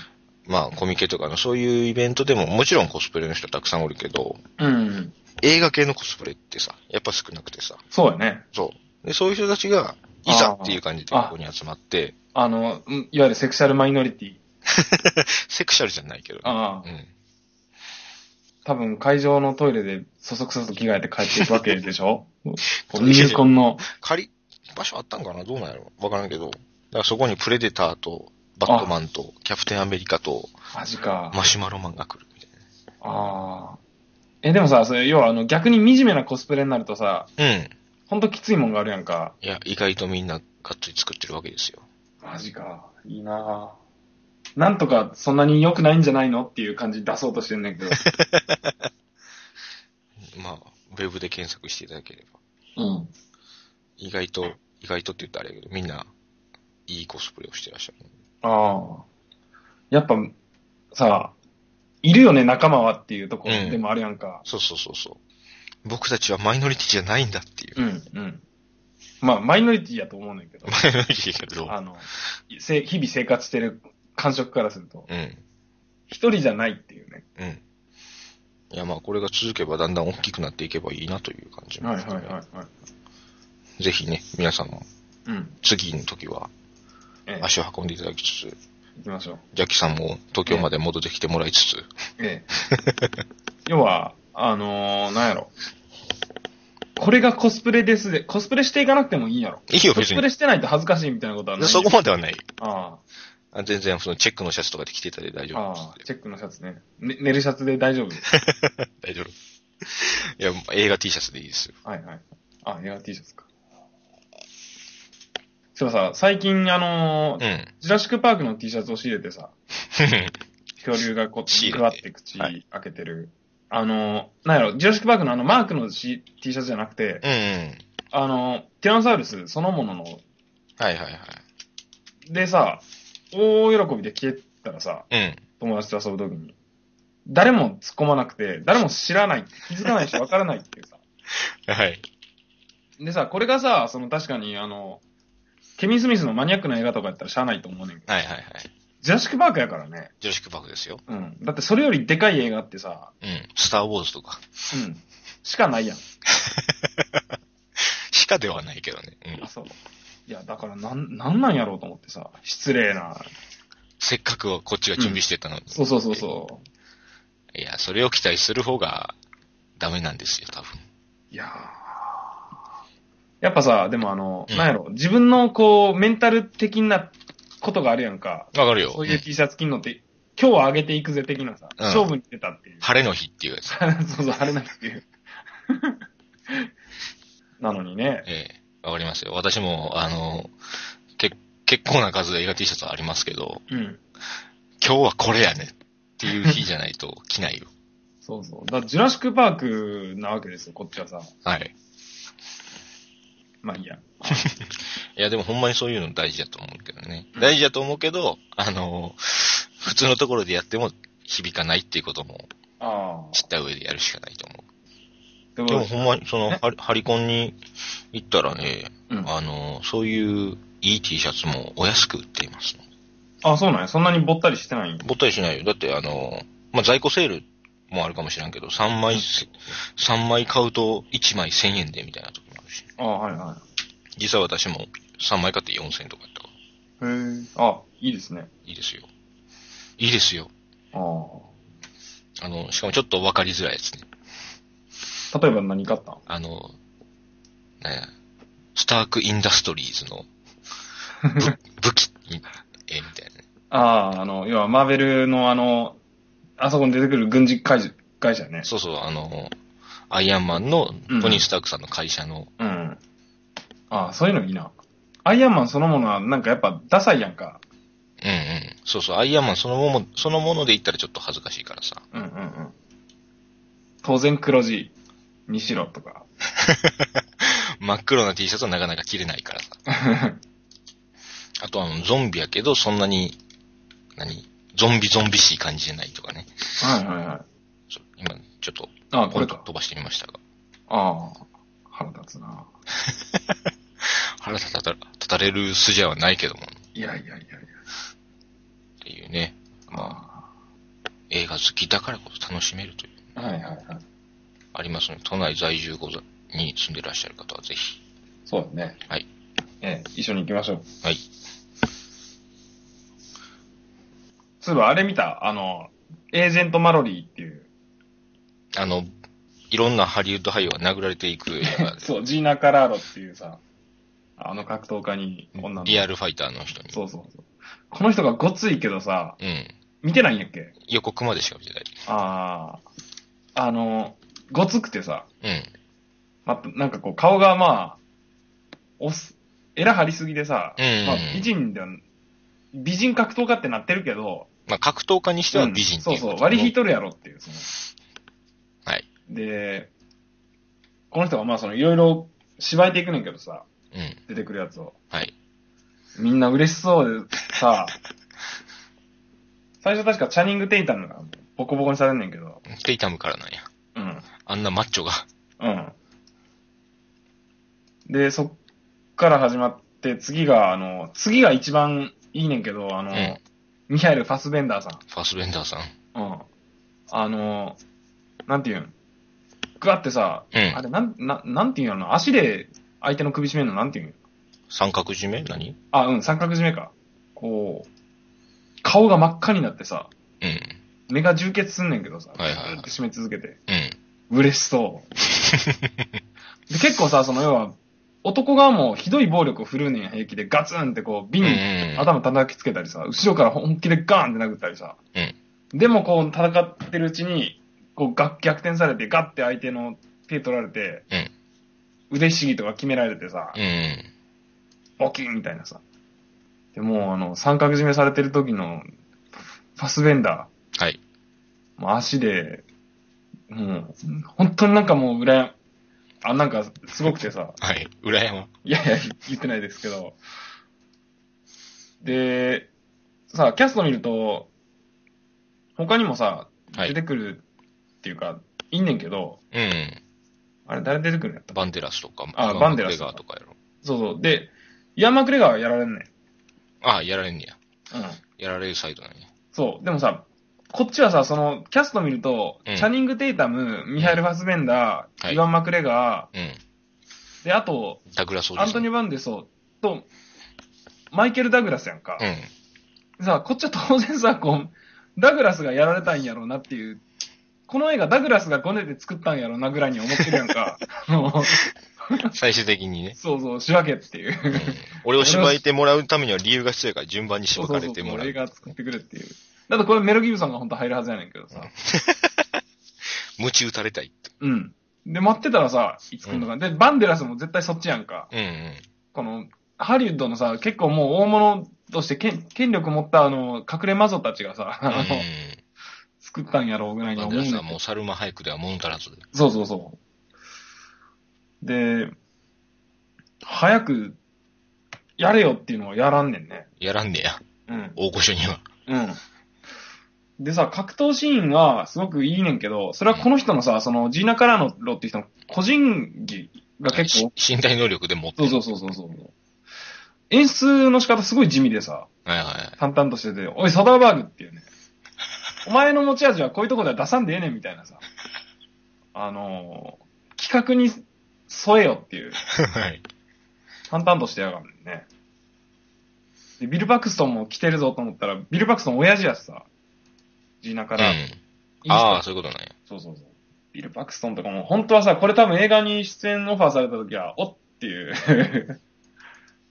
S1: まあ、コミケとかのそういうイベントでも、もちろんコスプレの人たくさんおるけど、
S2: うん。
S1: 映画系のコスプレってさ、やっぱ少なくてさ、
S2: そうやね。
S1: そう。で、そういう人たちが、いざっていう感じでここに集まって、
S2: あの、うんいわゆるセクシャルマイノリティ。
S1: セクシャルじゃないけどね、
S2: ああ
S1: う。ん。
S2: 多分会場のトイレでそそくさと着替えて帰っていくわけでし ょ
S1: そう
S2: ミルコンの。
S1: 借り、場所あったんかなどうなんやろわからんけど。だからそこにプレデターと、バットマンと、キャプテンアメリカと、
S2: マジか。
S1: マシュマロマンが来るみたい
S2: ああ。え、でもさ、それ要はあの逆に惨めなコスプレになるとさ、
S1: な。うん。
S2: ほんときついもんがあるやんか。
S1: いや、意外とみんながっつり作ってるわけですよ。
S2: マジか。いいなぁ。なんとかそんなに良くないんじゃないのっていう感じ出そうとしてんねんけど。
S1: まあ、ウェブで検索していただければ。
S2: うん。
S1: 意外と、意外とって言ったらあれやけど、みんな、いいコスプレをしてらっしゃる。
S2: ああ。やっぱ、さ、いるよね、仲間はっていうところでもあるやんか。
S1: そうそうそうそう。僕たちはマイノリティじゃないんだっていう。
S2: うん、うん。まあ、マイノリティやと思うねんけど
S1: マ。イノリティだけど。
S2: あの、せ日々生活してる感触からすると、
S1: うん。
S2: 一人じゃないっていうね。
S1: うん。いや、まあ、これが続けばだんだん大きくなっていけばいいなという感じも含め
S2: いはい。
S1: ぜひね、皆さんも
S2: うん。
S1: 次の時は
S2: ええ、
S1: 足を運んでいただきつつ、
S2: 行きましょう。
S1: ジャッキさんも東京まで戻ってきてもらいつつ、
S2: ええ。要は、あのー、なんやろ。これがコスプレですで、コスプレしていかなくてもいいやろ。
S1: いいよ
S2: コ
S1: 別
S2: ス
S1: に
S2: プレしてないと恥ずかしいみたいなことはない。
S1: そこまではない。
S2: あ
S1: あ全然、そのチェックのシャツとかで着てたで大
S2: あ、
S1: 丈夫
S2: ああ、チェックのシャツね。ね寝るシャツで 大丈夫。
S1: 大丈夫。いや、映画 T シャツでいいですよ。
S2: はいはい。あ、エア T シャツか。そういえばさ、最近あの
S1: う
S2: ー
S1: ん。
S2: ジュラシックパークの T シャツを仕入れてさ、恐竜がこ
S1: 仕入れ
S2: う、
S1: て
S2: ぐわって口
S1: は
S2: 開けてる。あの、なんやろ、ジュラシックパークのあのマークのし T シャツじゃなくて、
S1: うんうん。
S2: あの、ティラノサウルスそのものの、
S1: はいはいはい。
S2: でさ、大喜びで消えたらさ、
S1: うん。
S2: 友達と遊ぶときに、誰も突っ込まなくて、誰も知らない、気づかないしわからないっていうさ。
S1: はい。
S2: でさ、これがさ、その確かにあの、ケビン・スミスのマニアックな映画とかやったらしゃあないと思うねんけど、
S1: はいはいはい。
S2: ジュラシックパークやからね。
S1: ジュラシックパークですよ。
S2: うん。だってそれよりでかい映画ってさ、
S1: うん。スター・ウォーズとか。
S2: うん。しかないやん。
S1: しかではないけどね。うん。
S2: そう。いや、だから、なん、なんなんやろうと思ってさ、失礼な。
S1: せっかくはこっちが準備してたのに。
S2: そうそうそうそ
S1: いや、それを期待する方がダメなんですよ、多分。
S2: う。いやーやっぱさ、でもあの、
S1: うん
S2: なんやろ、自分のこう、メンタル的なことがあるやんか。
S1: わかるよ。
S2: そういう T シャツ着んのって、今日は上げていくぜ的なさ、
S1: うん
S2: 勝負に出たっていう。
S1: 晴れの日っていうやつ。
S2: そうそう、あれなんていう。 なのにね。
S1: ええわかりますよ。私も、あの、け、結構な数映画 T シャツありますけど、
S2: うん。
S1: 今日はこれやねっていう日じゃないと着 ないよ。
S2: そうそう。だからジュラシックパークなわけですよ、こっちはさ。
S1: はい。
S2: まあいいや。
S1: いや、でもほんまにそういうの大事だと思うけどね。大事だと思うけど、あの、普通のところでやっても響かないっていうことも
S2: ああ。
S1: 知った上でやるしかないと思
S2: で
S1: う。でもほんまに、その、
S2: え
S1: ハリハリコンに行ったらね、
S2: うん
S1: あの、そういういい T シャツもお安く売っています。
S2: あ、そうなんや。そんなにぼったりしてないんや
S1: ぼったりしないよ。だって、あの、まあ、在庫セールもあるかもしれんけど、3枚せ、三枚買うと1枚1000円でみたいな時もあるし。
S2: あはいは
S1: 実際私も3枚買って4000円とかやったから、
S2: い。へえ。あ、いいですね。
S1: いいですよ。いいですよ。
S2: ああ。
S1: あの、しかもちょっと分かりづらいやつね。
S2: 例えば何買ったん
S1: あの、なんや、スタークインダストリーズの ぶ武器に、え、みたいなね。
S2: ああ、あの、要はマーベルのあの、あそこに出てくる軍事会社会社ね。
S1: そうそう、あの、アイアンマンのトニー・スタークさんの会社の、
S2: うん。ああ、そういうのいいな。アイアンマンそのものはなんかやっぱダサいやんか。
S1: うんうん。そうそう、アイアンマンそのもの、そのもので言ったらちょっと恥ずかしいからさ。
S2: うんうんうん。当然黒字にしろと か。
S1: 真っ黒な T シャツはなかなか着れないからさ。あとあの、ゾンビやけど、そんなに、何ゾンビゾンビしい感じじゃないとかね。
S2: はいはいはい。
S1: そう今、ちょっと、
S2: ああ、こ
S1: ポイ
S2: れ
S1: ント
S2: か。
S1: 飛ばしてみましたが。
S2: ああ、腹立つな。
S1: 腹立た立たれる筋合いはないけども、っ
S2: いやいやいやいや。
S1: ていうね。まあ、
S2: ま
S1: 映画好きだからこそ楽しめるという、
S2: あ、はいはいはい。
S1: ありますので、都内在住ござに住んでらっしゃる方はぜひ。
S2: そうだね。
S1: はい。
S2: ええ、一緒に行きましょう。
S1: はい。
S2: そういえば、あれ見たあの、エージェント・マロリーっていう。
S1: あの、いろんなハリウッド俳優が殴られていく映画で、
S2: そう、ジーナ・カラーロっていうさ、あの格闘家に女の。
S1: リアルファイターの人に。
S2: そうそうそう。この人がごついけどさ、
S1: うん。
S2: 見てないんやっけ
S1: 予告までしか見てない。
S2: ああ、あの、ごつくてさ、
S1: うん。
S2: まあ、なんかこう、顔がまあ、おす、エラ張りすぎでさ、
S1: うん
S2: まあ、美人では、美人格闘家ってなってるけど、
S1: まあ、格闘家にしては美人って
S2: そ
S1: いううこと
S2: そ
S1: も
S2: う、割り引いとるやろっていう、その
S1: はい。
S2: で、この人がまあそのいろいろ芝居ていくねんけどさ、
S1: うん。
S2: 出てくるやつを。
S1: はい。
S2: みんな嬉しそうでさ、最初確かチャニング・テイタムがボコボコにされんねんけど、
S1: テイタムからなんや。
S2: うん、
S1: あんなマッチョが。
S2: うん。で、そっから始まって、次が、あの、次が一番いいねんけど、あの、
S1: うん
S2: ミハイル・ファスベンダーさ
S1: ファスベンダーさん。
S2: ん。うん。あの、なんていうん、グワってさ、
S1: うん
S2: あれ、なん、ななんていうんやろな、足で相手の首絞めるのなんていうん
S1: 三角締め何
S2: あ、うん、三角締めか。こう、顔が真っ赤になってさ、
S1: うん。
S2: 目が充血すんねんけどさ、
S1: はいはいはい
S2: ずっと締め続けて、
S1: うん。
S2: 嬉し そう。で、結構さ、その要は、男側もひどい暴力を振るうねんや平気でガツンってこう、瓶
S1: うんう
S2: に
S1: んうん。
S2: 頭叩きつけたりさ、後ろから本気でガーンって殴ったりさ、でもこう、戦ってるうちに、こう、が逆転されて、ガッて相手の手取られて、
S1: うん
S2: 腕ひしぎとか決められてさ、
S1: うんうん。
S2: ボキンみたいなさ。で、もうあの、三角締めされてる時の、ファスベンダ
S1: はい。
S2: ー、もう足で、もう、本当になんかもう、うらや、あ、なんか、すごくてさ、
S1: はい。裏山。
S2: いやいや、言ってないですけど。で、さ、キャスト見ると、他にもさ、
S1: はい
S2: 出てくるっていうか、い、いんねんけど、
S1: うん。
S2: あれ誰出てくるんやった
S1: バンデラスとか。
S2: あ
S1: イワン
S2: バンデラス
S1: マクレガーとかやろ。
S2: そうそう。で、イアン・マクレガーはやられんねん。
S1: ああ、やられんねや。
S2: うん。
S1: やられるサイドなんや。
S2: そう。でもさ、こっちはさ、その、キャスト見ると、
S1: うん
S2: チャニング・テイタム、ミハイル・ファスベンダー、
S1: はい
S2: イワン・マクレガ
S1: うん。
S2: ー、で、あと、
S1: ダグラスおじさ
S2: ア
S1: ん。
S2: ントニオ・バンデソーと、マイケル・ダグラスやんか。
S1: うん。
S2: さあ、こっちは当然さ、こう、ダグラスがやられたんやろうなっていう、この映画ダグラスがごねて作ったんやろうなぐらいに思ってるやん か。もう
S1: 最終的 にね。
S2: そうそう、仕分けっていう。
S1: うん俺を芝居てもらうためには理由が必要やから順番にし
S2: そう
S1: ば
S2: そ
S1: か
S2: うそ
S1: れ
S2: う
S1: てもらう
S2: 映。画作ってくれっていう。だってこれメル・ギブソンが本当入るはずやねんけどさ。
S1: 鞭打たれたいって。
S2: うん。で、待ってたらさ、いつ来るのか。で、バンデラスも絶対そっちやんか。
S1: うんうん。
S2: この、ハリウッドのさ、結構もう大物として権権力持ったあの、隠れ魔女たちがさ、
S1: う
S2: あの、
S1: ん
S2: 作ったんやろうぐらいに
S1: バン
S2: 思
S1: デ
S2: う
S1: ラス
S2: ねんだ
S1: は
S2: け
S1: も
S2: ど
S1: うサルマ俳句では物足らず。
S2: そうそうそう。で、早く、やれよっていうのはやらんねんね。
S1: やらんねや。
S2: うん。
S1: 大御所には。
S2: うん。でさ、格闘シーンはすごくいいねんけど、それはこの人のさ、そのジーナ・カラーノロっていう人の個人技が結構
S1: し身体能力で持って
S2: そう
S1: る。
S2: そうそうそうそう。演出の仕方すごい地味でさ、
S1: はいはい。
S2: 淡々としてて、おい、サダーバーグっていうね、お前の持ち味はこういうとこでは出さんでええねんみたいなさ、あのー企画に添えよっていう、
S1: はい。
S2: 淡々としてやがるんね。で、ビル・パクストンも来てるぞと思ったら、ビル・パクストン親父やしさ、ジーナ
S1: う
S2: から、いい
S1: ん。
S2: 人
S1: ああ、そういうことなんや。
S2: そうそうそう。ビル・パクストンとかも、本当はさ、これ多分映画に出演オファーされた時は、おっていう、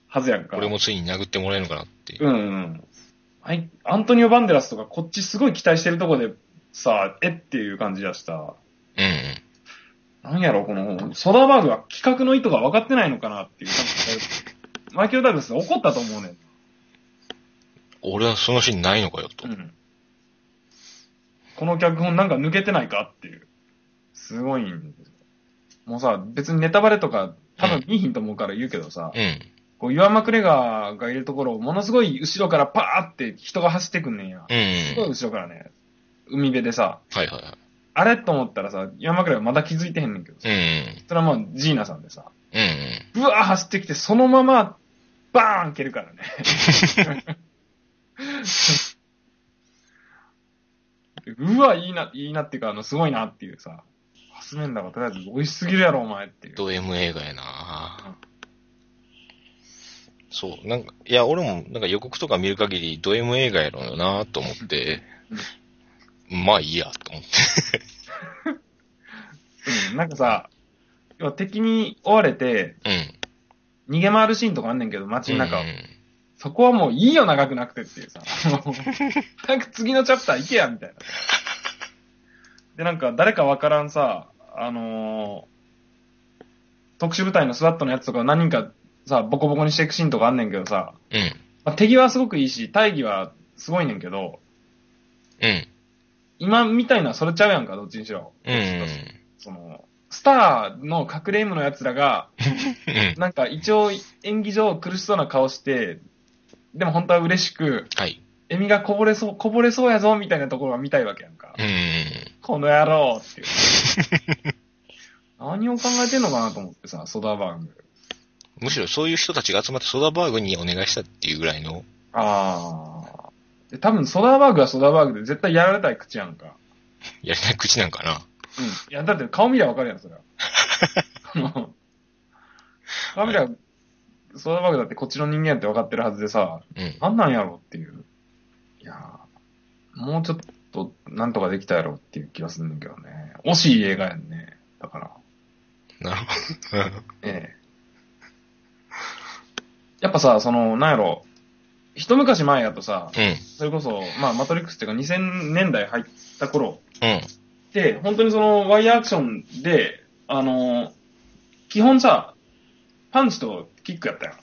S2: はずやんか。
S1: 俺もついに殴ってもらえるのかなって。
S2: うんうん。はい、アントニオ・バンデラスとか、こっちすごい期待してるとこで、さ、えっていう感じだした。
S1: うんうん。
S2: なんやろ、この、ソダーバーグは企画の意図が分かってないのかな っていう感じでマイケル・ダグラス怒ったと思うねん。
S1: 俺はそのシーンないのかよと。
S2: うん。この脚本なんか抜けてないかっていう。すごいんですよもうさ、別にネタバレとか、多分見いひんと思うから言うけどさ、
S1: うん。
S2: こう、ユアン・マクレガーがいるところを、ものすごい後ろからパーって人が走ってくんねんや。
S1: うん。
S2: すごい後ろからね、海辺でさ、
S1: はいはいは
S2: あれと思ったらさ、ユアン・マクレガーまだ気づいてへんねんけどさ、
S1: い。うん。
S2: それはもうジーナさんでさ、
S1: うんうん。
S2: ブワー走ってきて、そのまま、バーン蹴るからね。 うわ、いいな、いいなっていうか、あの、すごいなっていうさ、ハスメンダーがとりあえず美味しすぎるやろ、お前っていう。
S1: ド M 映画やなそう、なんか、いや、俺もなんか予告とか見る限り、ド M 映画やろうよなと思って、まあいいや、と思って。
S2: うん、なんかさ、要は敵に追われて、
S1: うん。
S2: 逃げ回るシーンとかあんねんけど、街の中を。
S1: うん
S2: そこはもういいよ、長くなくてっていうさ。なんか次のチャプター行けや、みたいな。で、なんか誰かわからんさ、あのー特殊部隊のスワットのやつとか何人かさ、ボコボコにしていくシーンとかあんねんけどさ、
S1: うん。
S2: まあ、手際はすごくいいし、大義はすごいねんけど、
S1: うん。
S2: 今みたいなそれちゃうやんか、どっちにしろ。
S1: うん。
S2: その、スターの隠れ M の奴らが、
S1: うん。
S2: なんか一応演技上苦しそうな顔して、でも本当は嬉しく、
S1: はい。
S2: 笑みがこぼれそう、こぼれそうやぞ、みたいなところが見たいわけやんか。
S1: うん。
S2: この野郎っていう。何を考えてんのかなと思ってさ、ソダバーグ。
S1: むしろそういう人たちが集まってソダバーグにお願いしたっていうぐらいの、
S2: あー。で多分ソダバーグはソダバーグで絶対やられたい口やんか。
S1: やりたい口なんかな。
S2: うん。いや、だって顔見りゃわかるやん、そ れは。あの顔見りゃ、ソダバーグだってこっちの人間やってわかってるはずでさ、
S1: うん。
S2: なんなんやろっていう。いやーもうちょっとなんとかできたやろっていう気がするんだけどね。惜しい映画やんね。だから。
S1: なるほど。
S2: ええ。やっぱさ、その、なんやろ。一昔前やとさ、
S1: うん。
S2: それこそ、まあ、マトリックスっていうか2000年代入った頃
S1: うん。
S2: で、本当にその、ワイヤーアクションで、あのー基本さ、パンチとキックやったやん。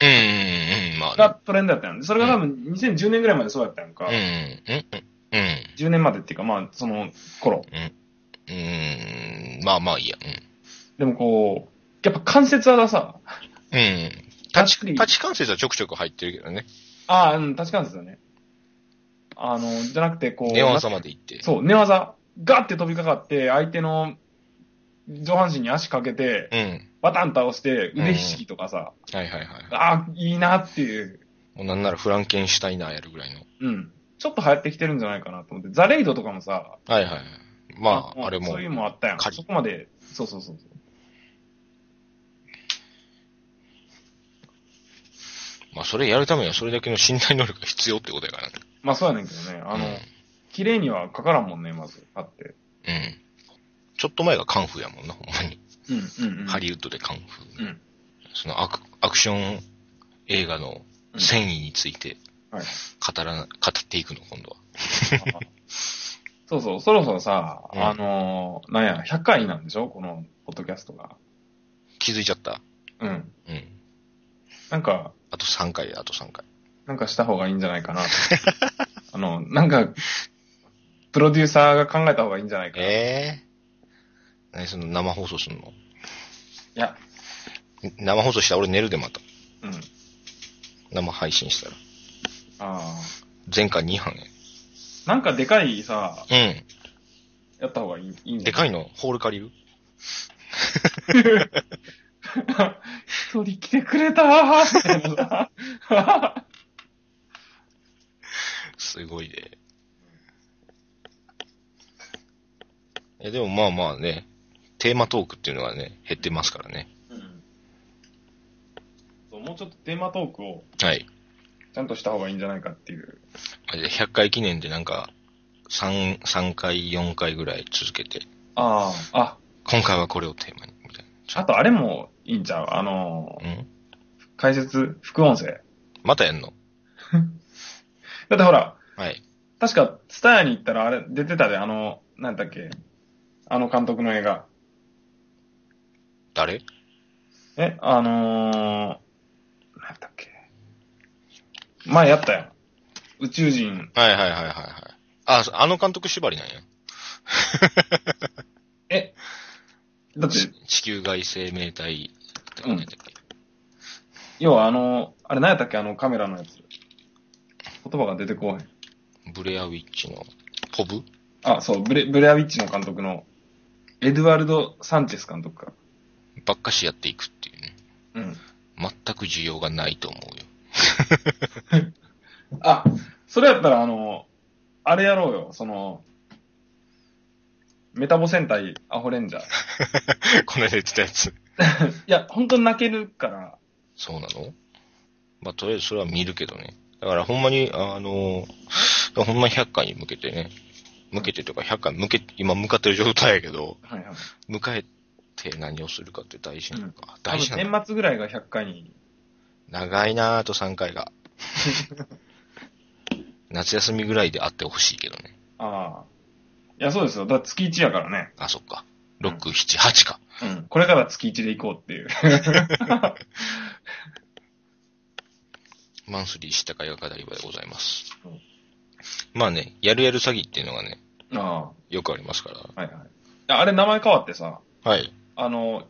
S1: うん。うん。うん。まあ、
S2: がトレンドやったやん。それが多分2010年ぐらいまでそうやったやんか。
S1: うん。うん。うん。
S2: 10年までっていうか、まあ、その頃。
S1: うーん、まあまあいいや。
S2: でもこう、やっぱ関節技さ、
S1: うん。うん。パ
S2: ざっ
S1: チ
S2: くり、
S1: パチ関節はちょくちょく入ってるけどね。
S2: ああ、うん、確かにですよね。あの、じゃなくてこう、
S1: ネオン様で行って。
S2: そう、寝技、ガッて飛びかかって、相手の上半身に足かけて、
S1: うん。
S2: バタン倒して、腕ひしきとかさ、
S1: はいはいはい。
S2: ああ、いいなっていう、
S1: もうなんならフランケンシュタイナーやるぐらいの。
S2: うん。ちょっと流行ってきてるんじゃないかなと思って、ザレイドとかもさ、
S1: はいはいはい。まあ、あれも
S2: そういう。のもあったやん。
S1: 狩り
S2: そこまで、そうそうそうそう。
S1: まあ、それやるためにはそれだけの身体能力が必要ってことやからね。
S2: まあそうやねんけどね、あの、
S1: う
S2: 綺麗にはかからんもんね、まず、あって。
S1: ん。うん。ちょっと前がカンフーやもんな、ほんまに。
S2: うん、うん、うん。
S1: ハリウッドでカンフー。
S2: うん
S1: そのアクアクション映画の繊維について
S2: うんはい
S1: 語らな、語っていくの、今度は。
S2: そうそう、そろそろさ、
S1: うん
S2: あのーなんや、100回なんでしょこの、ポッドキャストが。
S1: 気づいちゃった
S2: うん。
S1: うん。
S2: なんか、
S1: あと3回、あと3回。
S2: なんかした方がいいんじゃない かな。あの、なんか、プロデューサーが考えた方がいいんじゃないかな。い
S1: ええ何その生放送すんの
S2: や、
S1: 生放送したら俺寝るでまた。
S2: うん。
S1: 生配信したら。
S2: あ
S1: 前回2班
S2: あ。なんかでかいさ、
S1: や。うん。
S2: やった方がいいいいんじ
S1: で
S2: ゃない
S1: かいのホール借りる
S2: でかい。 一人来てくれ たーみたいなさ
S1: すごいで。え、でもまあまあね、テーマトークっていうのはね、減ってますからね。
S2: うんそうもうちょっとテーマトークを
S1: はい。
S2: ちゃんとした方がいいんじゃないかっていう。
S1: あれ100回記念でなんか、3、3回、4回ぐらい続けて、
S2: ああ。あ、
S1: 今回はこれをテーマに、みたい
S2: あとあれもいいんちゃうあのー、
S1: な。うん
S2: 解説、副音声。
S1: またやんの
S2: だってほら、
S1: はい。
S2: 確か、スターに行ったらあれ出てたで、あの、なんだっけ、あの監督の映画。
S1: 誰
S2: え、あのー、なんだっけ。前やったやん。宇宙人。
S1: はいはいはいはいはい。あ、そあの監督縛りなんや。
S2: え、だって、
S1: 地球外生命体。
S2: うん
S1: なんだっけ
S2: 要はあの、あれ何やったっけあのカメラのやつ。言葉が出てこうへん。
S1: ブレアウィッチの、ポブ
S2: あ、そう、ブレ、ブレアウィッチの監督の、エドワルド・サンチェス監督か。
S1: ばっかしやっていくっていうね。
S2: うん。
S1: 全く需要がないと思うよ。
S2: あ、それやったらあの、あれやろうよ、その、メタボ戦隊アホレンジャー。 い
S1: この間言ってたやつ。
S2: や、本当に泣けるから、
S1: そうなのまあ、とりあえずそれは見るけどね。だからほんまに、あの、ほんま100回に向けてね、向けてとか100回向け、今向かってる状態やけど、
S2: はいはい。
S1: 向かえて何をするかって大事なのか。
S2: 多
S1: 大事な
S2: 分
S1: のか。
S2: 年末ぐらいが100回に。
S1: 長いなぁあと3回 が。夏休みぐらいであってほしいけどね。
S2: ああ。いや、そうですよ。だから月1やからね。
S1: あ、そっか。6、7、8か。
S2: うん。これから月1で行こうって いう。
S1: マンスリーしたかいが語り場でございます
S2: うん。
S1: まあね、やるやる詐欺っていうのがね、
S2: あ
S1: よくありますから。
S2: あ。はいはい。いや、あれ名前変わってさ、
S1: はい。
S2: あの、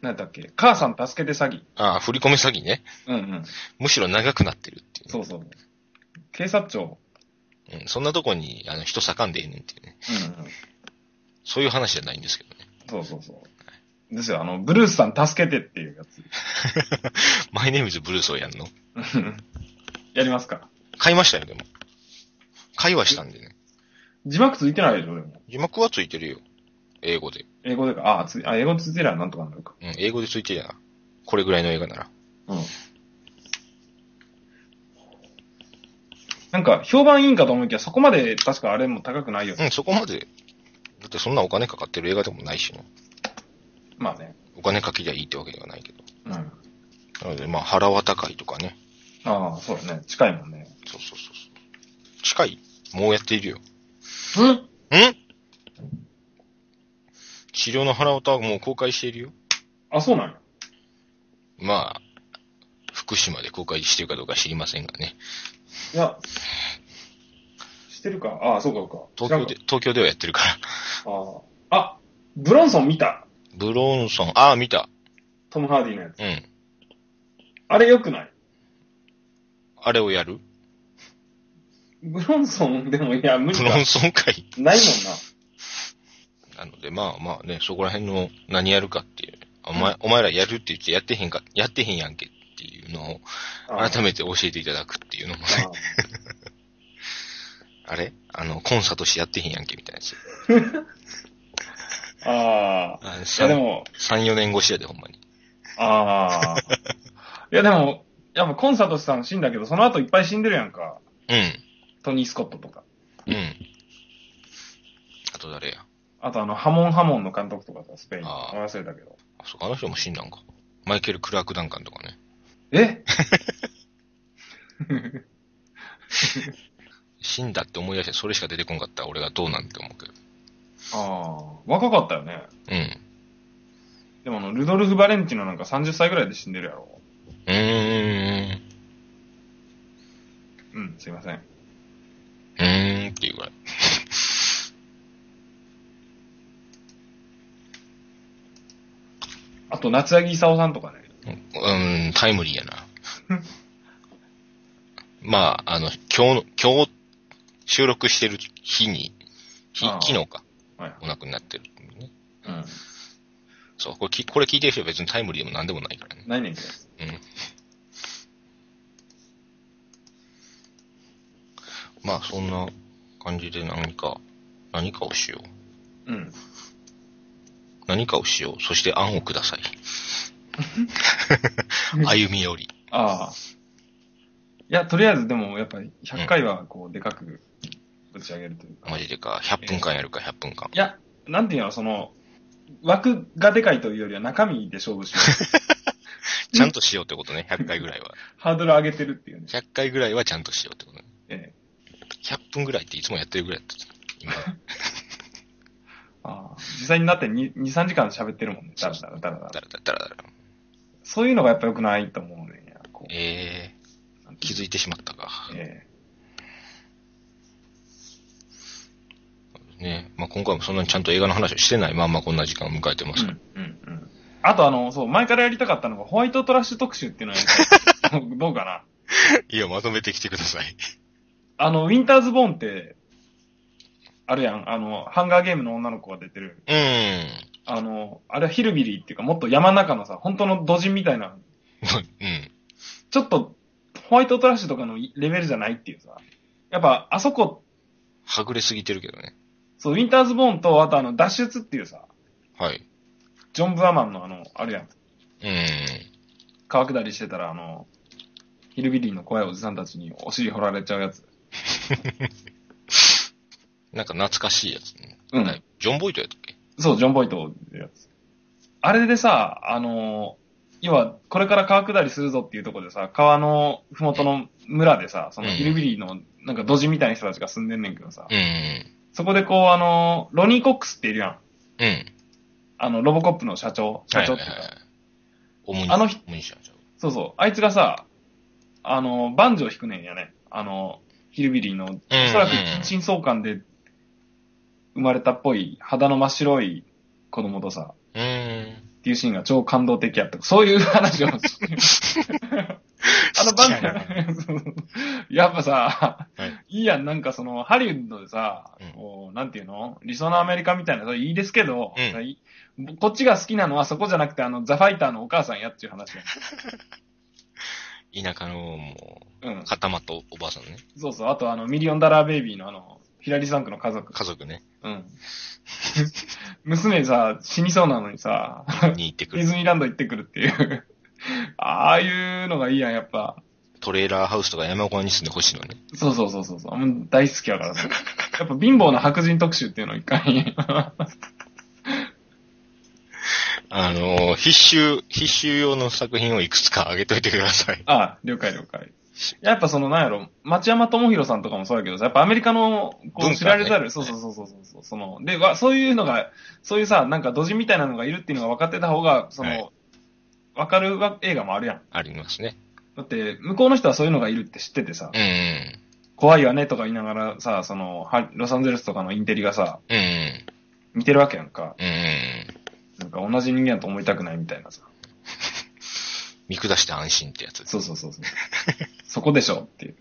S2: なんだっけ、母さん助けて詐欺。
S1: ああ、振り込め詐欺ね。
S2: うんうん。
S1: むしろ長くなってるっていうね、
S2: そうそう。警察庁。
S1: うん、そんなとこにあの人盛んでええねんっていうね。
S2: うんうん。
S1: そういう話じゃないんですけどね。
S2: そうそうそう。ですよ、あの、ブルースさん助けてっていうやつ。
S1: マイネームズブルースをやんの
S2: うん やりますか。
S1: 買いましたよ、でも。買いはしたんでね。
S2: 字幕ついてないでしょ、でも。
S1: 字幕はついてるよ。英語で。
S2: 英語でか。ああ、ついあ、英語ついてりゃなんとかなるか。
S1: うん、英語でついてるやな。これぐらいの映画なら。
S2: うん。なんか、評判いいんかと思いきや、そこまで確かあれも高くないよね。
S1: うん、そこまで。だってそんなお金かかってる映画でもないしね。
S2: まあね。
S1: お金かけりゃいいってわけではないけど。
S2: うん。あ
S1: なので、まあ、腹は高いとかね。
S2: あ、そうだね。近いもんね。
S1: そうそうそうそう。近いもうやっているよ。
S2: うん
S1: ん治療の腹渡はもう公開しているよ。
S2: あ、そうなんや。
S1: まあ、福島で公開してるかどうか知りませんがね。
S2: いや、してるか。ああ、そうか、そうか。
S1: 東京で、東京ではやってるから。
S2: 知らんか。ああ。あ、ブロンソン見た。
S1: ブロンソン、ああ、見た。
S2: トム・ハーディのやつ。
S1: うん。
S2: あれ良くない
S1: あれをやる
S2: ブロンソンでも、いや、無理
S1: ブ
S2: か。
S1: ロンソン会。
S2: ないもん
S1: な
S2: な。
S1: ので、まあまあね、そこら辺の何やるかっていう。お前、お前らやるって言ってやってへんか、やってへんやんけっていうのを
S2: ああ
S1: 改めて教えていただくっていうのもね。
S2: あ
S1: あれあの、コンサートしてやってへんやんけみたいなやつ。
S2: あああ。
S1: あ
S2: いや、で
S1: 3、
S2: も、
S1: 4年越しやで、ほんまに。
S2: ああ。いや、でも、やっぱコンサートさん死んだけど、その後いっぱい死んでるやんか。
S1: う
S2: トニー・スコットとか。
S1: ん。うん。あと誰や
S2: あとあの、ハモン・ハモンの監督とかさ、スペインの。
S1: ああ
S2: 忘れたけど。
S1: あ、そうか、あの人も死んだんか。マイケル・クラーク・ダンカンとかね。
S2: え
S1: 死んだって思い出して、それしか出てこんかったら俺がどうなんて思うけど。
S2: ああ。若かったよね。
S1: うん。
S2: でもあの、ルドルフ・バレンティノなんか30歳ぐらいで死んでるやろ。
S1: うーん。
S2: うん、すいません。
S1: うーんっていうぐらい。
S2: あと、夏柳功さんとかね。
S1: うん、タイムリーやな。 まあ、あの、今日の、今日、収録してる日に、日
S2: ああ
S1: 昨日か、
S2: はい。
S1: お亡くなりになってる、ね。
S2: うん。
S1: そう、これき、これ聞いてる人は別にタイムリーでも何でもないからね。
S2: ないねんけど。
S1: うん。まあ、そんな感じで何か、何かをしよう。
S2: うん。
S1: 何かをしよう。そして案をくだ さい。歩み寄り。
S2: ああ。いや、とりあえずでも、やっぱり100回はこう、でかくぶち上げるというか。
S1: マジでか。100分間やるか、100分間。
S2: いや、なんていうの、その、枠がでかいというよりは中身で勝負し よう。
S1: ちゃんとしようってことね、100回ぐらい は。
S2: ハードル上げてるっていうね。
S1: 100回ぐらいはちゃんとしようってことね。
S2: ええ。
S1: 100分ぐらいっていつもやってるぐらいだった。今、
S2: ああ実際になって2、2 3時間喋ってるもんね。だらだらだらだら
S1: だらだらだらだら。
S2: そういうのがやっぱ良くないと思うねんや。こう
S1: えー、気づいてしまったか。
S2: え
S1: ねまあ今回もそんなにちゃんと映画の話をしてないまんまこんな時間を迎えてま
S2: え
S1: すから。
S2: うん、うん、うん。あとあの、そう、前からやりたかったのがホワイトトラッシュ特集っていうのは、 どうか ない
S1: や、まとめてきてください。
S2: あの、ウィンターズボーンって、あるやん、あの、ハンガーゲームの女の子が出てる。
S1: う
S2: あの、あれはヒルビリーっていうか、もっと山の中のさ、本当の土人みたいな、
S1: ん。うん。
S2: ちょっと、ホワイトトラッシュとかのレベルじゃないっていうさ。やっぱ、あそこ、
S1: はぐれすぎてるけどね。
S2: そう、ウィンターズボーンと、あとあの、脱出っていうさ、
S1: はい。
S2: ジョン・ブアマンのあの、あるやん。
S1: うん。
S2: 川下りしてたら、あの、ヒルビリーの怖いおじさんたちにお尻掘られちゃうやつ。
S1: なんか懐かしいやつね。
S2: うん
S1: なジョン・ボイトやったっけ
S2: そう、ジョン・ボイトってやつ。あれでさ、あの、要は、これから川下りするぞっていうところでさ、川のふもとの村でさ、そのヒルビリーの、なんか土地みたいな人たちが住んでんねんけどさ、
S1: うん。
S2: そこでこう、あの、ロニー・コックスっているやん。
S1: うん。
S2: あの、ロボコップの社長、社長っていうか、
S1: オムニ
S2: あの人
S1: オムニシャンちゃう。
S2: そうそう、あいつがさ、あの、バンジョー弾くねんやね。あの、ヒルビリーの、おそらく
S1: う
S2: 新相関で生まれたっぽい肌の真っ白い子供とさ、
S1: ん。うん。
S2: っていうシーンが超感動的やった。そういう 話をあのバンジョーそうそう、 やっぱさ、、
S1: はい
S2: いやん、なんかその、ハリウッドでさ、
S1: うん
S2: こうなんていうの理想のアメリカみたいな、それいいですけど、
S1: う
S2: いこっちが好きなのはそこじゃなくて、あの、ザ・ファイターのお母さんやっていう話や
S1: 田舎の、も
S2: ん。 うん
S1: う、。固まったおばあさんね。
S2: そうそう、あとあの、ミリオンダラーベイビーのあの、ヒラリーサンクの家族。
S1: 家族ね。
S2: うん。 娘さ、死にそうなのにさ、
S1: に行ってく
S2: ディ
S1: る。
S2: ズニーランド行ってくるっていう。ああいうのがいいやん、やっぱ。
S1: トレーラーハウスとか山小屋に住んでほしいのね。
S2: そうそうそうそうそう。もう大好きやからさ。やっぱ貧乏な白人特集っていうのを一 回。
S1: あのー、必修、必修用の作品をいくつかあげといてください。
S2: ああ、了解了解。やっぱその、なんやろ、町山智博さんとかもそうやけどさ、やっぱアメリカの、
S1: 文
S2: こ
S1: 化
S2: う、
S1: ね
S2: 知られざる、そうそうそうそうそうそう、その、で、わそういうのが、そういうさ、なんか土人みたいなのがいるっていうのが分かってた方が、そ
S1: はい
S2: の、分かるわ映画もあるやん。
S1: ありますね。
S2: だって、向こうの人はそういうのがいるって知っててさ
S1: う、ん
S2: 怖いわねとか言いながらさ、その、はロサンゼルスとかのインテリがさ、
S1: うん。うん
S2: 見てるわけやんか。
S1: うん。うんうん。
S2: なんか同じ人間だと思いたくないみたいなさ。
S1: 見下して安心ってやつ。
S2: そうそうそうそう。そこでしょっていう。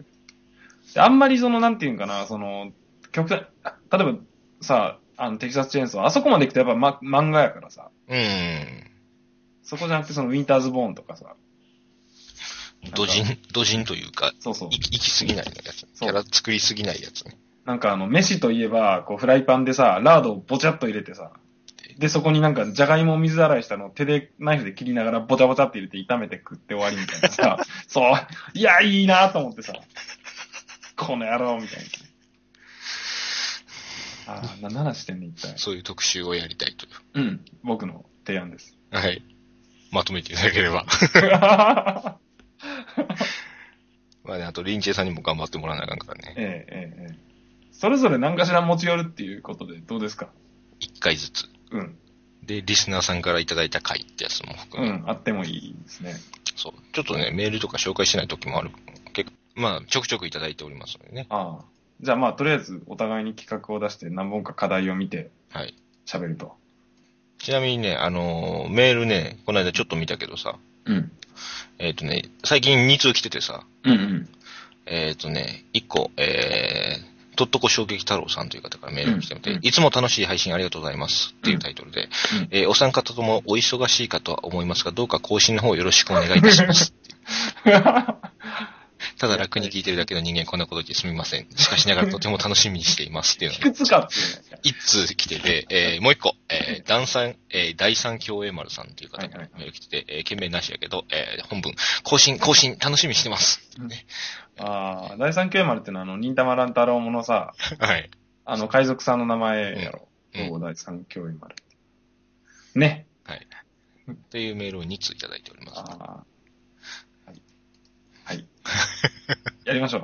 S2: であんまりその、なんていうんかな、その、極端、あ例えばさ、あの、テキサスチェーンソー、あそこまで行くとやっぱ、ま、漫画やからさ、
S1: うん。
S2: そこじゃなくてその、ウィンターズボーンとかさ、
S1: 土人、土人というか、
S2: そうそう
S1: い。行き過ぎないやつ。キ
S2: そう
S1: ャラ作りすぎないやつね。
S2: なんかあの、飯といえば、こう、フライパンでさ、ラードをぼちゃっと入れてさ、で、そこになんか、じゃがいもを水洗いしたのを手で、ナイフで切りながら、ぼちゃぼちゃって入れて炒めて食って終わりみたいなさ、そう、いや、いいなと思ってさ、この野郎みたいな。ああ、何の話してんねん、一体。
S1: そういう特集をやりたいという。
S2: うん、僕の提案です。
S1: はい。まとめていただければ。 まあね、あと、リンチェさんにも頑張ってもらわなあかんから
S2: ええ
S1: ね。
S2: ええええ。それぞれ何かしら持ち寄るっていうことで、どうですか
S1: 一回ずつ。
S2: うん、
S1: で、リスナーさんからいただいた回ってやつも含
S2: う
S1: め、
S2: ん、あってもいいですね。
S1: そう。ちょっとね、メールとか紹介しない時もある。結構まあ、ちょくちょくいただいておりますのでね。
S2: ああ。じゃあまあ、とりあえずお互いに企画を出して何本か課題を見て
S1: はい。
S2: 喋ると。
S1: ちなみにね、あのーメールね、この間ちょっと見たけどさ、
S2: うん。
S1: えっ、とね、最近2通来ててさ、
S2: うん うん。
S1: えっ、とね、1個、えー、とっとこ衝撃太郎さんという方からメールが来てみて、
S2: うん
S1: いつも楽しい配信ありがとうございますっていうタイトルで、
S2: うん
S1: えーお三方ともお忙しいかとは思いますが、どうか更新の方よろしくお願いいたします。ただ楽に聞いてるだけの人間、こんなこと言ってすみません。しかしながらとても楽しみにしています。っていうの
S2: い
S1: が
S2: くつかっていうね。
S1: 一通来てて、えーもう一個、えー、第三、えー第三共栄丸さんという方
S2: はい
S1: が
S2: はい
S1: メール来てて、えー懸命なしやけど、えー本文、更新、更新、楽しみにしてます。
S2: ああ、第三丸丸ってのはあの、忍たま乱太郎ものさ、
S1: はい。
S2: あの、海賊さんの名前やろ。
S1: うんうん
S2: そう第三丸丸。ね。
S1: はい。というメールを2通いただいております。
S2: ああ。はい。 はい。やりましょう。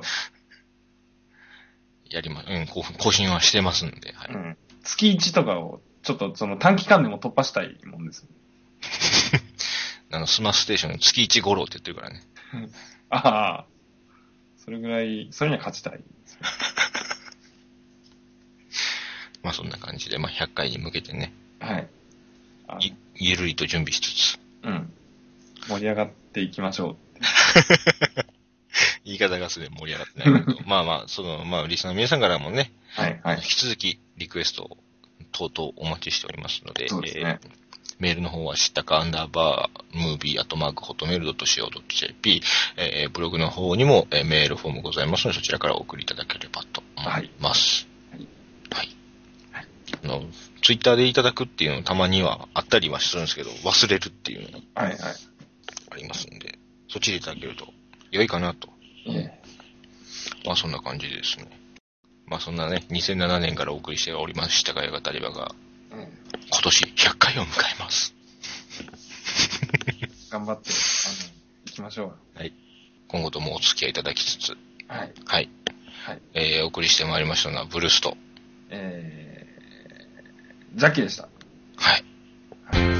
S1: やりま、うん、こう更新はしてますんで、は
S2: う
S1: い。
S2: ん。月1とかを、ちょっとその短期間でも突破したいもんです。
S1: あの、スマステーションの月1五郎って言ってるからね。
S2: ああ。それぐらい、それには勝ちたい。
S1: まあそんな感じで、まあ100回に向けてね、
S2: はい。あの
S1: いゆるりと準備しつつ。
S2: うん。盛り上がっていきましょ
S1: 言い方がすでに盛り上がってない けど。まあまあ、その、まあ、リスナーの皆さんからもね、
S2: う。はい、はい
S1: 引。き続きリクエストを等々お待ちしておりますので、
S2: そうですね
S1: えーメールの方は、知ったかアンダーバー、ムービー、アットマーク、ホットメールドット .co.jp、えーブログの方にも、えーメールフォームございますので、そちらからお送りいただければと思います。
S2: はい。
S1: はい。
S2: はい
S1: あの、ツイッターでいただくっていうのたまにはあったりはするんですけど、忘れるっていうのが
S2: はい、はい。
S1: ありますんで、そっちでいただけると良いかなと。
S2: え
S1: まあそんな感じですね。まあそんなね、2007年からお送りしておりましたが、やがたりばが、
S2: えうん
S1: 今年100回を迎えます。
S2: 頑張って、あの、行きましょう。
S1: 今後ともお付き合いいただきつつ、
S2: はい、
S1: はい。
S2: はい。
S1: えー、お送りしてまいりましたのは、ブルースと、
S2: えー、ジャッキーでした。
S1: はい。